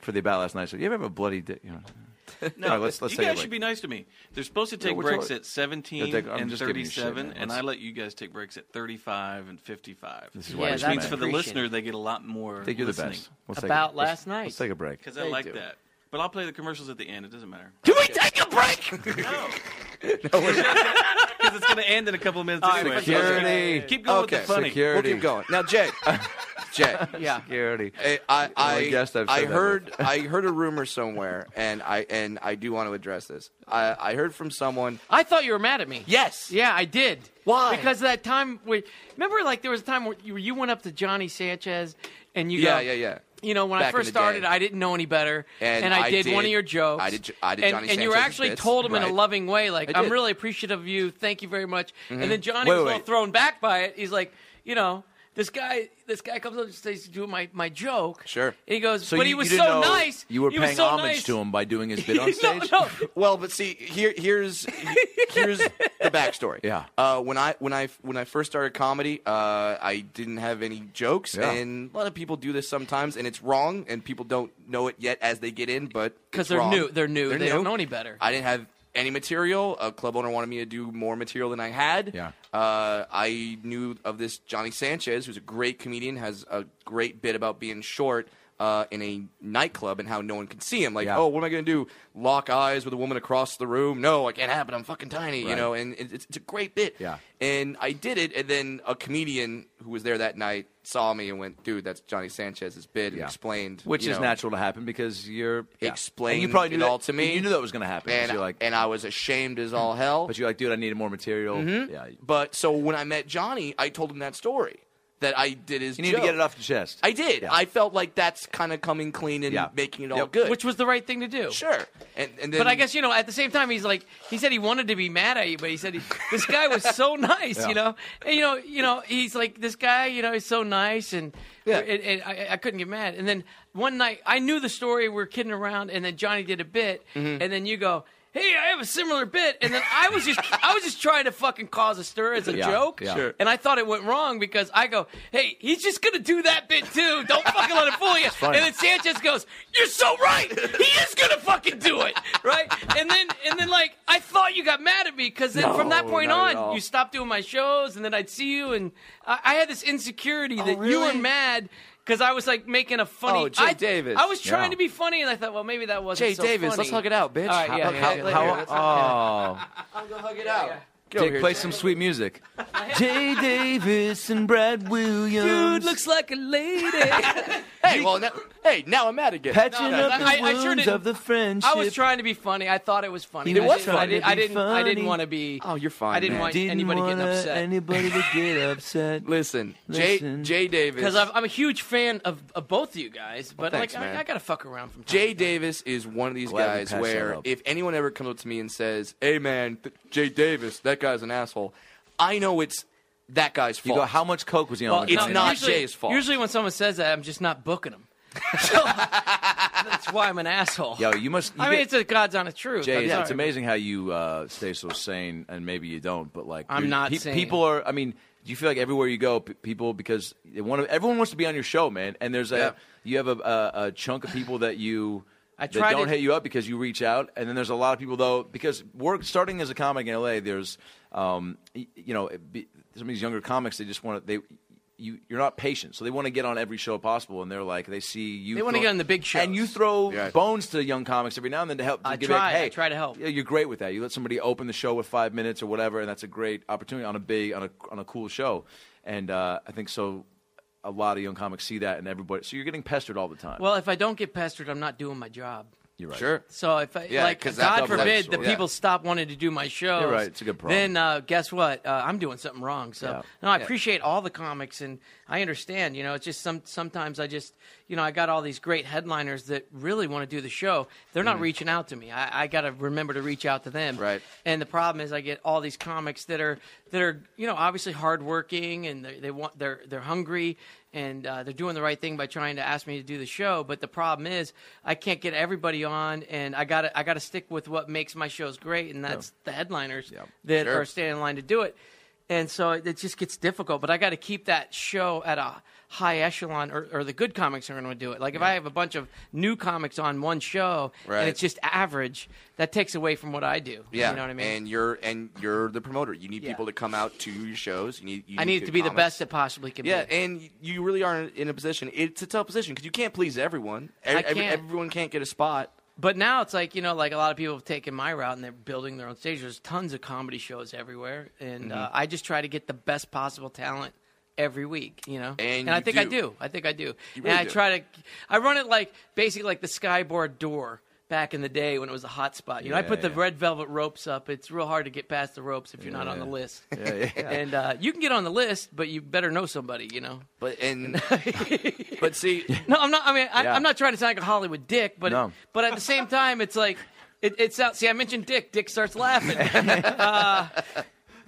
for the about last night. So you ever have a bloody dick? You know, no, All right, let's- let's you take a guys break. should be nice to me. They're supposed to take we're breaks totally- at 17 Yeah, Dick, I'm and just giving you shit, 37, man. and Let's- I let you guys take breaks at 35 and 55. this is why Yeah, he's which that's means mad. for the appreciated. listener, they get a lot more. I think you're the listening. best. Let's take a- About let's- last night. Let's take a break. Because I They like do. that. But I'll play the commercials at the end. It doesn't matter. Can we take a break? Because it's going to end in a couple minutes right, anyway. Security. Keep going Okay, with the funny. we'll Security. keep going. Now, Jay. Jay. Yeah. Security. Eh, I I, I, only guest I've I said that heard I heard a rumor somewhere, and I and I do want to address this. I, I heard from someone. I thought you were mad at me. Yes. Yeah, I did. Why? Because that time, where, remember, like there was a time where you, you went up to Johnny Sanchez, and you Yeah, go, yeah, yeah. You know, when Back I first in the started, day. I didn't know any better, And I, I did, one of did- your jokes. I did jo- I did and, Johnny and you were Sanchez's actually bits, told him in right. a loving way, like I I'm did. Mm-hmm. really appreciative of you, thank you very much. And then Johnny Wait, was wait, all wait. thrown back by it. He's like, you know. This guy, this guy comes up and says, "Do my my joke." Sure. And he goes, So "But you, he you was didn't so know nice." You were He was paying so homage nice. to him by doing his bit on no, stage. no, Well, but see, here here's here's the backstory. Yeah. Uh, when I when I when I first started comedy, uh, I didn't have any jokes, Yeah. and a lot of people do this sometimes, and it's wrong, and people don't know it yet as they get in, but because it's they're wrong. new. They're new. They're they do not know any better. I didn't have any material. A club owner wanted me to do more material than I had. Yeah. Uh, I knew of this Johnny Sanchez, who's a great comedian, has a great bit about being short. Uh, in a nightclub and how no one can see him. Like, Yeah. oh, what am I going to do? Lock eyes with a woman across the room? No, I can't happen. I'm fucking tiny, you Right. know. And it- it's, it's a great bit. Yeah. And I did it, and then a comedian who was there that night saw me and went, "Dude, that's Johnny Sanchez's bit," and Yeah. explained, Which you is know, natural to happen because you're yeah. Explained And you probably knew it that- all to me. You knew that was going to happen. 'cause And, you're like, and I was ashamed as all hell. but you're like, dude, I needed more material. Yeah, you But so when I met Johnny, I told him that story that I did his. need to joke. get it off your chest. I did. Yeah. I felt like that's kind of coming clean and Yeah. making it all Yep. good. which was the right thing to do. sure. And and then, But I guess you know. At the same time, he's like he said he wanted to be mad at you, but he said he, this guy was so nice, Yeah. you know. And you know, you know, he's like this guy, you know, is so nice, and and, and I, I couldn't get mad. And then one night, I knew the story. We were kidding around, and then Johnny did a bit, Mm-hmm. and then you go. Hey, I have a similar bit, and then I was just I was just trying to fucking cause a stir as a Yeah, joke, yeah. Sure. and I thought it went wrong because I go, "Hey, he's just gonna do that bit too. Don't fucking let it fool you." And then Sanchez goes, "You're so right. He is gonna fucking do it, right?" And then and then like I thought you got mad at me because then from that point not at on all. you stopped doing my shows, and then I'd see you, and I, I had this insecurity that you were Oh, really? mad. Because I was like making a funny. Oh, Jay I, Davis. I was trying Yeah. to be funny, and I thought, well, maybe that wasn't Jay so Davis, funny. let's hug it out, bitch. All right, yeah, How- yeah, how- yeah, how- uh, yeah, let's hug it out. Oh, hug it out. Get over Dick, here, play Jay. some sweet music. Jay Davis and Brad Williams. Dude looks like a lady. Hey, well, now, hey, now I'm mad again. patching No, up the I- I sure wounds didn't- of the friendship. I was trying to be funny. I thought it was funny. It I was didn't- I, funny. did, I Be didn't. I didn't funny. want to be. oh, you're fine. I didn't man. want Didn't anybody getting want upset. Anybody to get upset. Listen, Listen. Jay Jay Davis. because I'm, I'm a huge fan of, of both of you guys, but thanks, like man. I, I gotta fuck around from time Jay to time. Davis is one of these Glad we passed guys that where up. if anyone ever comes up to me and says, "Hey man, th- Jay Davis, that guy's an asshole," I know it's that guy's You fault. go, how much coke was he on? Well, when he it's no, did not that?" usually, Jay's fault. Usually, when someone says that, I'm just not booking them. so, that's why I'm an asshole. Yo, you must. You I mean, get- it's a God's honest truth. Jay, I'm it's, it's sorry. amazing how you uh, stay so sane, and maybe you don't, but like I'm dude, not sane. People are. I mean, do you feel like everywhere you go, p- people because they want to, everyone wants to be on your show, man. And there's a Yeah. you have a, a, a chunk of people that you. I that try don't to- hit you up because you reach out, and then there's a lot of people though because we're starting as a comic in LA. There's, um, y- you know, it be, some of these younger comics they just want to they. You, you're not patient, so they want to get on every show possible, and they're like, they see you. They wanna throw- get on the big and you shows. throw Yeah. bones to young comics every now and then to help. I to give try, Like, hey, I try to help. yeah, you're great with that. You let somebody open the show with five minutes or whatever, and that's a great opportunity on a big on a on a cool show. And uh, I think so. A lot of young comics see that, and everybody. So you're getting pestered all the time. Well, if I don't get pestered, I'm not doing my job. You're right. Sure. So if I, Yeah, like 'cause that's God the forbid next the one. people stop wanting to do my shows, You're right, it's a good problem. Then uh, guess what? Uh, I'm doing something wrong. So Yeah. no, I appreciate all the comics and I understand. You know, it's just some sometimes I just you know I got all these great headliners that really want to do the show. They're Mm. not reaching out to me. I, I got to remember to reach out to them. Right. And the problem is I get all these comics that are that are you know obviously hardworking and they, they want they're they're hungry and uh, they're doing the right thing by trying to ask me to do the show. But the problem is I can't get everybody on, and I got to I got to stick with what makes my shows great, and that's the headliners that Sure. are standing in line to do it. And so it, it just gets difficult. But I got to keep that show at a high echelon, or, or the good comics are going to do it. Like if I have a bunch of new comics on one show Right. and it's just average, that takes away from what I do. Yeah, you know what I mean. And you're and you're the promoter. You need Yeah. people to come out to your shows. You need. You I need it to be the comment. best it possibly can Yeah, be. and you really are in a position. It's a tough position because you can't please everyone. Every, every- can't. everyone can't get a spot. But now it's like you know, like a lot of people have taken my route and they're building their own stage. There's tons of comedy shows everywhere, and Mm-hmm. uh, I just try to get the best possible talent every week. You know, And I you think I do. do. I think I do. really and I do. try to, I run it like basically like the skyboard door back in the day when it was a hot spot. You know, I Yeah, put the yeah. red velvet ropes up. It's real hard to get past the ropes if you're not on the list. yeah, And uh, you can get on the list, but you better know somebody. You know. But and but see, No, I'm not. I mean, I, Yeah. I'm not trying to sound like a Hollywood dick, but No. but at the same time, it's like it, it's out. See, I mentioned dick. Dick starts laughing. uh,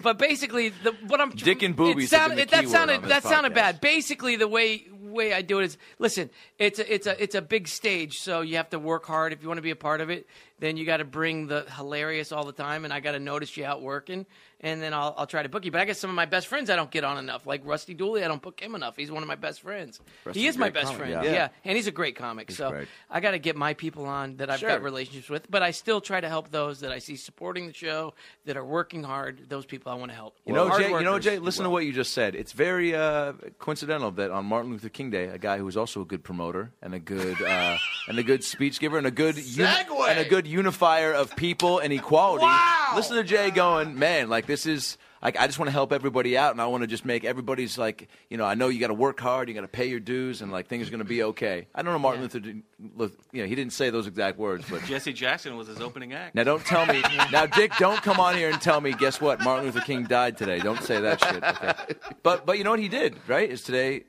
but basically, the, what I'm Dick and boobies it sound- have been the that keyword sounded on this that sounded podcast. bad. Basically, the way way I do it is listen. It's a it's a it's a big stage, so you have to work hard if you want to be a part of it. Then you got to bring the hilarious all the time, and I got to notice you out working, and then I'll I'll try to book you. But I guess some of my best friends I don't get on enough, like Rusty Dooley. I don't book him enough. He's one of my best friends. he Rusty's is my a great best comic, friend. yeah. Yeah. and he's a great comic. so great. I got to get my people on that I've Sure. got relationships with, but I still try to help those that I see supporting the show that are working hard. Those people I want to help. You know, Hard Jay, you know, workers. Jay, listen to what you just said. It's very uh, coincidental that on Martin Luther King Day, a guy who was also a good promoter and a good uh, and a good speech giver and a good uni- Segue! and a good unifier of people and equality. Listen to Jay going, man, like this is like I just want to help everybody out and I want to just make everybody's like, you know, I know you got to work hard, you got to pay your dues, and like things are going to be okay. I don't know Martin Yeah. Luther, did- Luther, you know, he didn't say those exact words, but Jesse Jackson was his opening act. now don't tell me. now, Dick, don't come on here and tell me. Guess what? Martin Luther King died today. Don't say that shit. okay? But but you know what he did, right? Is today?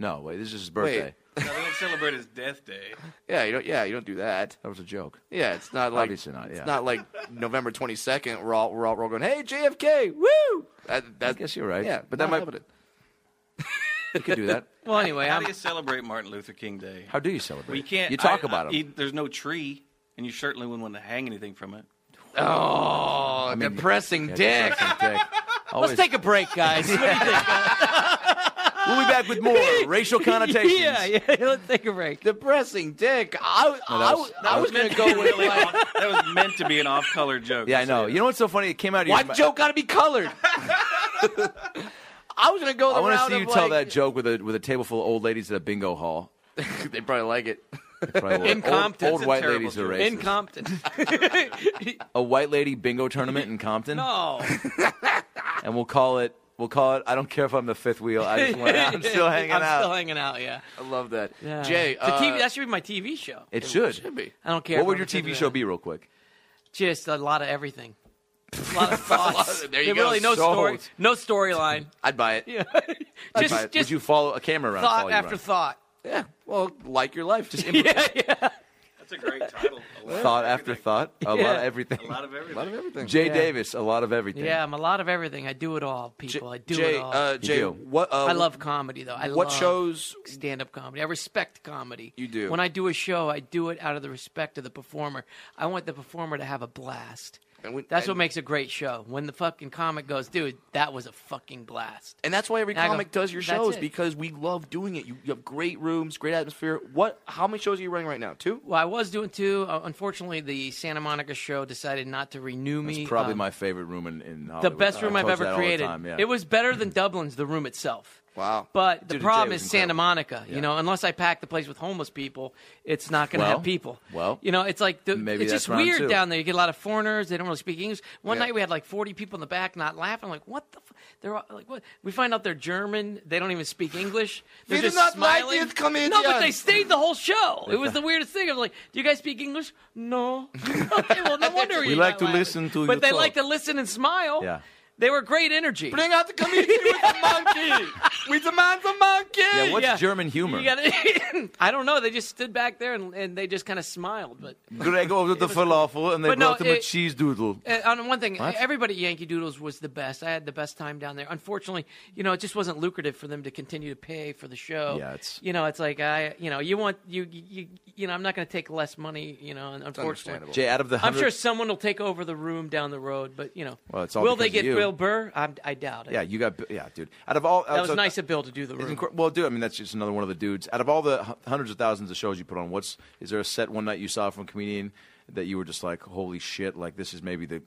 No, wait. This is his birthday. Wait. Now, they don't celebrate his death day. yeah, you don't. Yeah, you don't do that. That was a joke. Yeah, it's not like Obviously not, yeah. It's not like November twenty second. We're all we're all, we're all going. Hey, JFK, woo! That, that, I guess you're right. Yeah, but No, that might. but You could do that. Well, anyway, How I'm, do you celebrate Martin Luther King Day? How do you celebrate? We can't. You talk I- about I- him. he- there's no tree, and you certainly wouldn't want to hang anything from it. Oh, depressing dick. Dick. let's Always. take a break, guys. What do you think? we'll be back with more racial connotations. yeah, yeah, let's take a break. Depressing dick. I, I, was- I was going to go with Really off- that was meant to be an off-color joke. Yeah, I know. You know what's so funny? It came out of Why your mou- joke got to be colored? I was gonna go. The I want to route see of you tell like- that joke with a with a table full of old ladies at a bingo hall. they probably like it. Probably In old- Compton. old, It's a white terrible ladies are joke. racist. In Compton. a white lady bingo tournament in Compton. No. and we'll call it we'll call it I don't care if I'm the fifth wheel. I just want I'm still hanging I'm out. still hanging out, yeah. I love that. yeah. Jay, It's a uh, TV, that should be my TV show. it should. should be. I don't care. What if would I'm your considered TV a- show be real quick? Just a lot of everything. A lot of thoughts. There you There go. Really, no story, Sold. no storyline. I'd buy it. Yeah. Would you- just, would just you follow a camera around? follow thought you after around? thought. Yeah. Well, like your life. uh, Just improv. Yeah, yeah. That's a great title. A lot of thought after everything. thought. A lot Yeah. of everything. A lot of everything. everything. Jay Davis, a lot of everything. Yeah, I'm a lot of everything. I do it all, people. I do Jay, it all. Uh, Jay, do. what? Uh, I love comedy, though. I what love shows? stand-up comedy. I respect comedy. You do. When I do a show, I do it out of the respect of the performer. I want the performer to have a blast. And when- That's what and- makes a great show. When the fucking comic goes, dude, that was a fucking blast. And that's why every And I go, comic does your "That's shows it." because we love doing it. You, you have great rooms, great atmosphere. What? How many shows are you running right now? Two. Well, I was doing two. Uh, unfortunately, the Santa Monica show decided not to renew me. It's probably Um, my favorite room in, in the Hollywood. best I room I've told you ever that all the created. time, yeah. It was better than Dublin's, the room itself. Wow. But the Dude, the problem J was is Santa incredible. Monica. Yeah. You know, unless I pack the place with homeless people, it's not going to Well, have people. well, you know, it's like the, maybe it's that's just round weird two. down there. You get a lot of foreigners. They don't really speak English. One Yeah. night we had like forty people in the back not laughing. I'm like, what the? F-? They're all, like, what? We find out they're German. They don't even speak English. They're Wir just do not like smiling. this comedian. No, but they stayed the whole show. It was the weirdest thing. I'm like, do you guys speak English? No. okay, well, no wonder we like to listen to But you they talk. like to listen and smile. Yeah. They were great energy. Bring out the comedian with the monkey. We demand the monkey. Yeah, what's Yeah. German humor? You gotta, I don't know. They just stood back there and, and they just kind of smiled. But Greg ordered the falafel and they But no, brought him a it- cheese doodle. uh, on one thing, What? everybody at Yankee Doodles was the best. I had the best time down there. Unfortunately, you know, it just wasn't lucrative for them to continue to pay for the show. Yeah, it's- you know, it's like I, you know, you want you you you know, I'm not going to take less money. You know, and unfortunately. understandable. Jay, out of the I'm hundred, sure someone will take over the room down the road, but you know, Well, it's all will they because get of you. Bill Burr? I, I doubt it. yeah, you got, yeah, dude. Out of all, that was nice of Bill to do the room. Well, dude, I mean that's just another one of the dudes. Out of all the hu- hundreds of thousands of shows you put on, what's is there a set one night you saw from a comedian that you were just like, holy shit, like this is maybe the,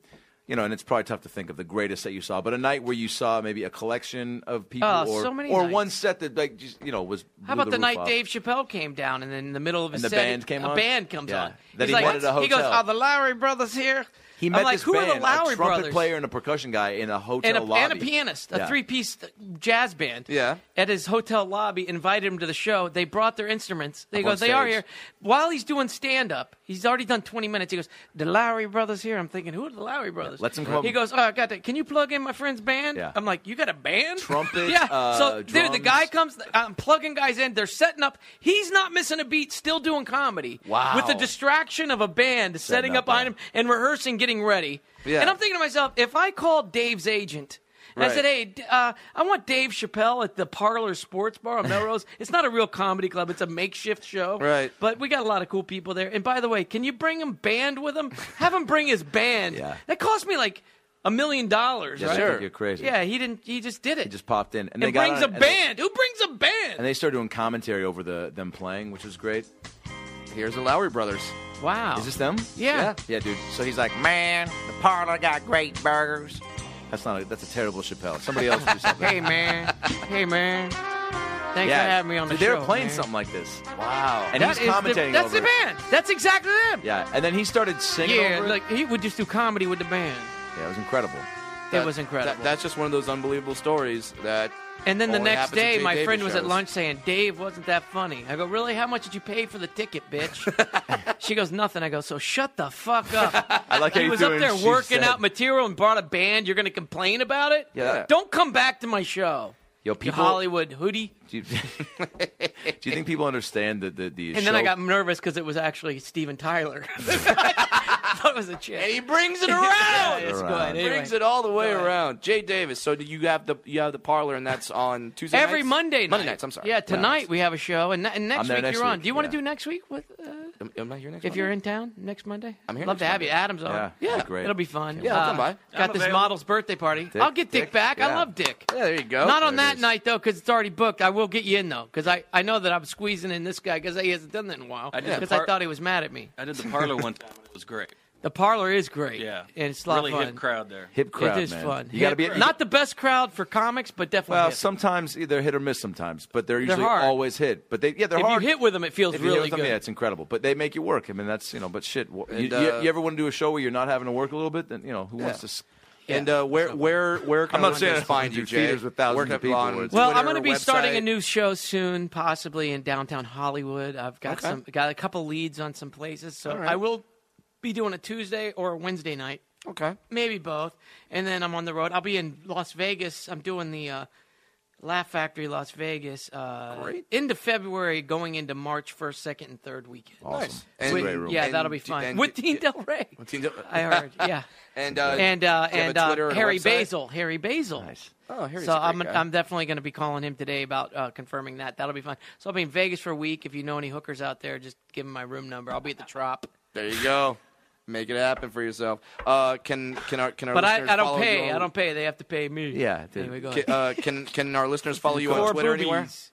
you know, and it's probably tough to think of the greatest set you saw, but a night where you saw maybe a collection of people Oh, or so many or nights. one set that like just you know was How blew about the, roof night off. Dave Chappelle came down and in the middle of his And the set, band came a on? band comes Yeah. on. That He's he like, wanted a He goes, hotel. "Are the Lowry brothers here?" He I'm met like, this "Who band, are the Lowry a trumpet brothers?" player and a percussion guy in a hotel and a, lobby and a pianist, a Yeah. three-piece jazz band. Yeah. At his hotel lobby, invited him to the show. They brought their instruments. They Up go, on they are stage. here. While he's doing stand-up, he's already done 20 minutes. He goes, the Lowry brothers here. I'm thinking, who are the Lowry brothers? let's him come up- He goes, oh, I got that. Can you plug in my friend's band? Yeah. I'm like, you got a band? Trumpet, yeah. uh, so dude, the guy drums. comes. I'm plugging guys in. They're setting up. He's not missing a beat. Still doing comedy. Wow. With the distraction of a band setting, up up behind a- him and rehearsing, getting ready. Yeah. And I'm thinking to myself, if I called Dave's agent and I Right. said, hey, d- uh, I want Dave Chappelle at the Parlor Sports Bar on Melrose. it's not a real comedy club. It's a makeshift show. Right. But we got a lot of cool people there. And by the way, can you bring him band with him? Have him bring his band. Yeah. That cost me like a million dollars. Yeah, right? they think you're crazy. Yeah, he didn't. He just did it. He just popped in and, and they got brings on a it, and they- band. Who brings a band? and they started doing commentary over the them playing, which was great. Here's the Lowry brothers. wow. Is this them? Yeah. yeah, dude. So he's like, man, the parlor got great burgers. That's not. A, that's a terrible Chappelle. Somebody else do something. hey man. hey man. Thanks yeah, for having me on the Dude, they show. were playing man. something like this. Wow. And That he's is commentating The, that's over the it. band. That's exactly them. Yeah, and then he started singing. Yeah, over it. like he would just do comedy with the band. yeah, it was incredible. it was incredible. That, that's just one of those unbelievable stories that. and then the only next happens at day, Jay my Davis friend was at shows. lunch saying, "Dave wasn't that funny." I go, "Really? How much did you pay for the ticket, bitch?" she goes, "Nothing." I go, "So shut the fuck up." I like how he you was threw up in there she working said. out material and brought a band. You're going to complain about it? Yeah. Don't come back to my show. Yo, you people- Hollywood hoodie. Do you, do you think people understand that the, the And then I show- got nervous because it was actually Steven Tyler. I thought it was a chick. And he brings it around. It's Around. good. Anyway. Brings it all the way Go ahead. around. Jay Davis. So do you have the you have the parlor, and that's on Tuesday. Every nights? Monday night. Monday nights. I'm sorry. Yeah, tonight we have a show, and, ne- and next I'm there week next you're on. week, Do you want yeah. to do next week with? Uh, Am, am I here next? if you're Monday? in town next Monday, I'm here Love to next have you. Monday. Adam's on. Yeah, yeah, that'd be great. It'll be fun. Uh, Yeah, I'll come by. Got I'm this available. model's birthday party. I'll get Dick, Dick, back. I yeah. love Dick. Yeah, there you go. Not on There it that is. night though, because it's already booked. I will get you in though, because I, I know that I'm squeezing in this guy because he hasn't done that in a while. I did the Because I part- thought he was mad at me. I did the parlor one time and it was great. The parlor is great. Yeah, and it's a lot really of fun. hip crowd there. hip crowd. it is man. fun. You got to be Hip- not the best crowd for comics, but definitely. Well, hip. sometimes they're hit or miss. Sometimes, but they're usually hard. always hit. But they yeah, they're if hard. you hit with them, it feels If you hit really with them, good. yeah, it's incredible. But they make you work. I mean, that's you know. But shit, wh- And, you, uh, you, you ever want to do a show where you're not having to work a little bit? Then you know who wants to. s- And uh, where where where can I'm not one saying just I find do you, Jay? theaters with thousands Where of can- people on where it's- Well, I'm Twitter, going to be website? starting a new show soon, possibly in downtown Hollywood. I've got Okay. some, got a couple leads on some places, so All right. I will be doing a Tuesday or a Wednesday night, Okay. maybe both. And then I'm on the road. I'll be in Las Vegas. I'm doing the uh, Laugh Factory Las Vegas uh, Great. into February, going into March first, second, and third weekend. Nice. With- yeah, that'll be fun fine. with Dean Del Rey. I heard, yeah, And uh, and uh, do you have and a uh, Twitter and a Harry website? Basil, Harry Basil. Oh, Harry's so a great I'm guy. I'm definitely going to be calling him today about uh, confirming that. That'll be fun. So I'll be in Vegas for a week. If you know any hookers out there, just give them my room number. I'll be at the Trop. There you go. Make it happen for yourself. Uh, can can our can our But I, listeners I don't follow pay. you on- I don't pay. They have to pay me. Yeah, dude. Anyway, go Can, ahead. uh, can can our listeners follow you on Four Twitter anywhere? boobies.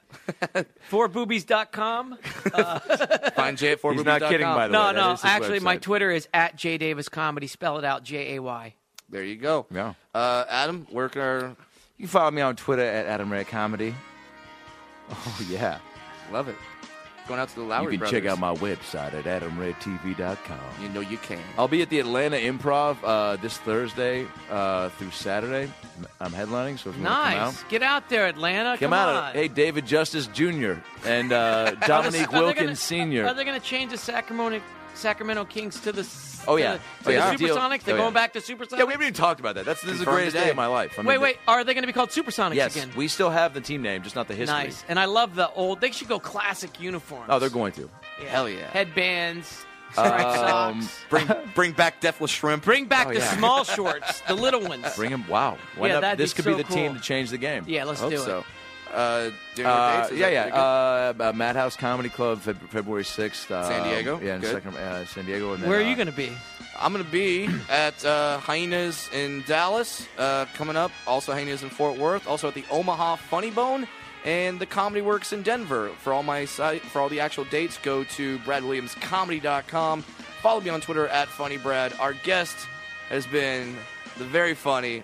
Fourboobies.com. Find Jay at four He's not kidding, by the way. No, that no. is his Actually, my website. Twitter is at J Davis Comedy. Spell it out J A Y. There you go. Yeah. Uh, Adam, where can our You can follow me on Twitter at Adam Ray Comedy. Oh, yeah. Love it. Going out to the Lowry you can Brothers. check out my website at adamredtv.com. You know you can. I'll be at the Atlanta Improv uh, this Thursday uh, through Saturday. I'm headlining, so if you want Nice. to come out, Get out there, Atlanta. come Come out. on. Hey, David Justice Jr. and uh, Dominique Are they Wilkins gonna- Sr. Are they going to change the Sacramento Sacramento Kings to the? s- Oh, to yeah. the- Oh, yeah. to the Deal. Supersonics. They're Oh, yeah. going back to Supersonics. yeah, we haven't even talked about that. That's this is the Confirmed greatest today. day of my life. I mean, wait, wait. Are they going to be called Supersonics Yes, again? we still have the team name, just not the history. Nice. And I love the old. They should go classic uniforms. Oh, they're going to. Hell yeah. Headbands. striped Um, socks. Bring bring back Defless Shrimp. Bring back oh, the yeah. small shorts, the little ones. Bring him. Wow. Why Yeah, not- that'd be this could so be the team cool. to change the game. yeah, let's Hope do it. so. Uh, during the Uh, dates, is yeah, that yeah. pretty good? Uh, uh, Madhouse Comedy Club, Feb- February sixth, uh, San Diego? Yeah, in Good. Sacram- uh, San Diego. And then, Where are uh, you going to be? I'm going to be at uh, Hyenas in Dallas uh, coming up. Also, Hyenas in Fort Worth. Also at the Omaha Funny Bone and the Comedy Works in Denver. For all my site, for all the actual dates, go to bradwilliamscomedy.com. Follow me on Twitter at funnybrad. Our guest has been the very funny,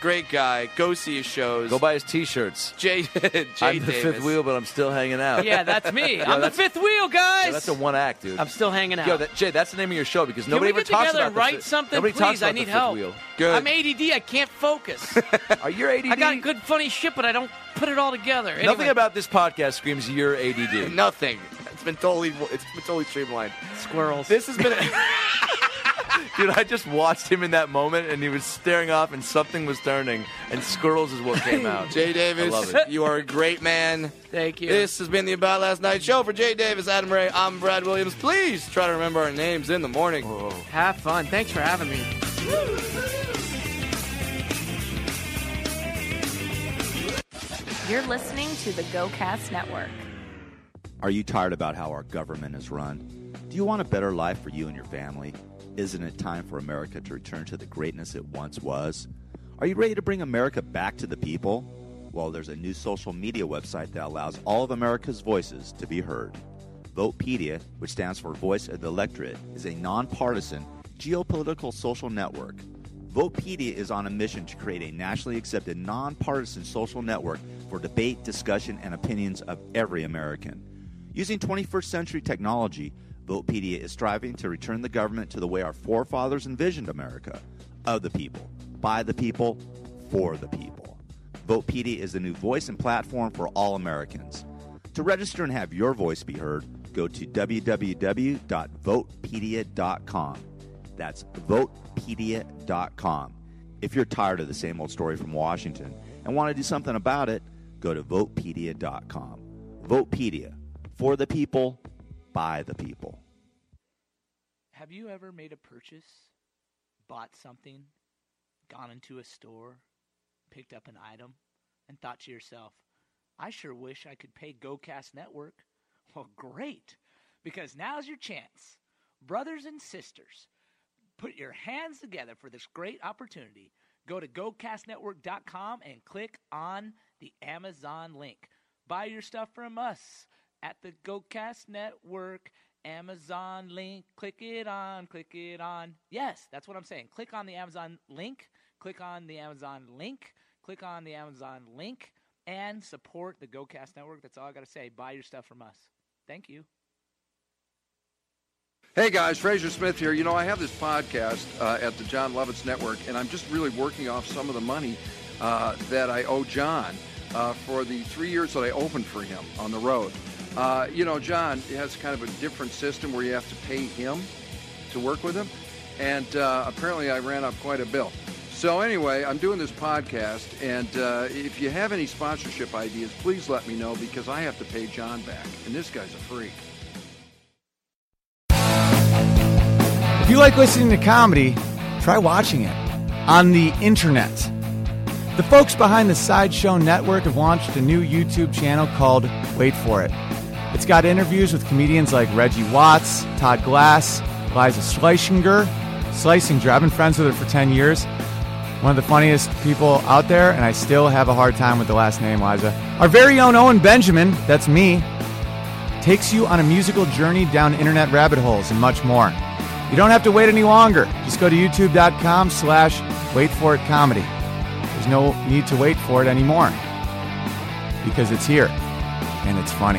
great guy. Go see his shows. uh, Go buy his T-shirts. Jay. Jay I'm the Davis. fifth wheel, but I'm still hanging out. Yeah, that's me. I'm the that's- fifth wheel, guys. Yo, that's a one act, dude. I'm still hanging out. Yo, that, Jay, that's the name of your show because Can nobody we get ever talks together about and the write fifth- something, Nobody please? talks about I the need fifth help. Wheel. Good. I'm ADD. I can't focus. Are you ADD? I got good, funny shit, but I don't put it all together. Nothing Anyway, about this podcast screams you're ADD. Nothing. It's been totally. It's been totally streamlined. squirrels. This has been. Dude, I just watched him in that moment and he was staring off and something was turning and squirrels is what came out. Jay Davis, I love it. you are a great man. Thank you. This has been the About Last Night show for Jay Davis, Adam Ray. I'm Brad Williams. Please try to remember our names in the morning. Have fun. Thanks for having me. You're listening to the GoCast Network. Are you tired about how our government is run? Do you want a better life for you and your family? Isn't it time for America to return to the greatness it once was? Are you ready to bring America back to the people? Well, there's a new social media website that allows all of America's voices to be heard. Votepedia, which stands for Voice of the Electorate, is a nonpartisan geopolitical social network. Votepedia is on a mission to create a nationally accepted nonpartisan social network for debate, discussion, and opinions of every American. Using 21st century technology, Votepedia is striving to return the government to the way our forefathers envisioned America of the people, by the people, for the people. Votepedia is the new voice and platform for all Americans. To register and have your voice be heard, go to www.votepedia.com. That's votepedia.com. If you're tired of the same old story from Washington and want to do something about it, go to votepedia.com. Votepedia for the people, by the people. Have you ever made a purchase, bought something, gone into a store, picked up an item, and thought to yourself, I sure wish I could pay GoCast Network? Well, great, because now's your chance. Brothers and sisters, put your hands together for this great opportunity. Go to gocastnetwork.com and click on the Amazon link. Buy your stuff from us at the GoCast Network Amazon link. Click it on, click it on. Yes, that's what I'm saying. Click on the Amazon link, click on the Amazon link, click on the Amazon link, and support the GoCast Network. That's all I got to say. Buy your stuff from us. Thank you. Hey guys, Fraser Smith here. You know, I have this podcast uh, at the John Lovitz Network, and I'm just really working off some of the money uh, that I owe John uh, for the three years that I opened for him on the road. Uh, you know, John has kind of a different system where you have to pay him to work with him, and uh, apparently I ran up quite a bill. So anyway, I'm doing this podcast, and uh, if you have any sponsorship ideas, please let me know because I have to pay John back, and this guy's a freak. If you like listening to comedy, try watching it on the internet. The folks behind the Sideshow Network have launched a new YouTube channel called Wait For It. It's got interviews with comedians like Reggie Watts, Todd Glass, Liza Schleichinger. Schleisinger, I've been friends with her for 10 years. One of the funniest people out there, and I still have a hard time with the last name, Liza. Our very own Owen Benjamin, that's me, takes you on a musical journey down internet rabbit holes and much more. You don't have to wait any longer. Just go to youtube.com slash wait for it comedy. There's no need to wait for it anymore because it's here. and it's funny.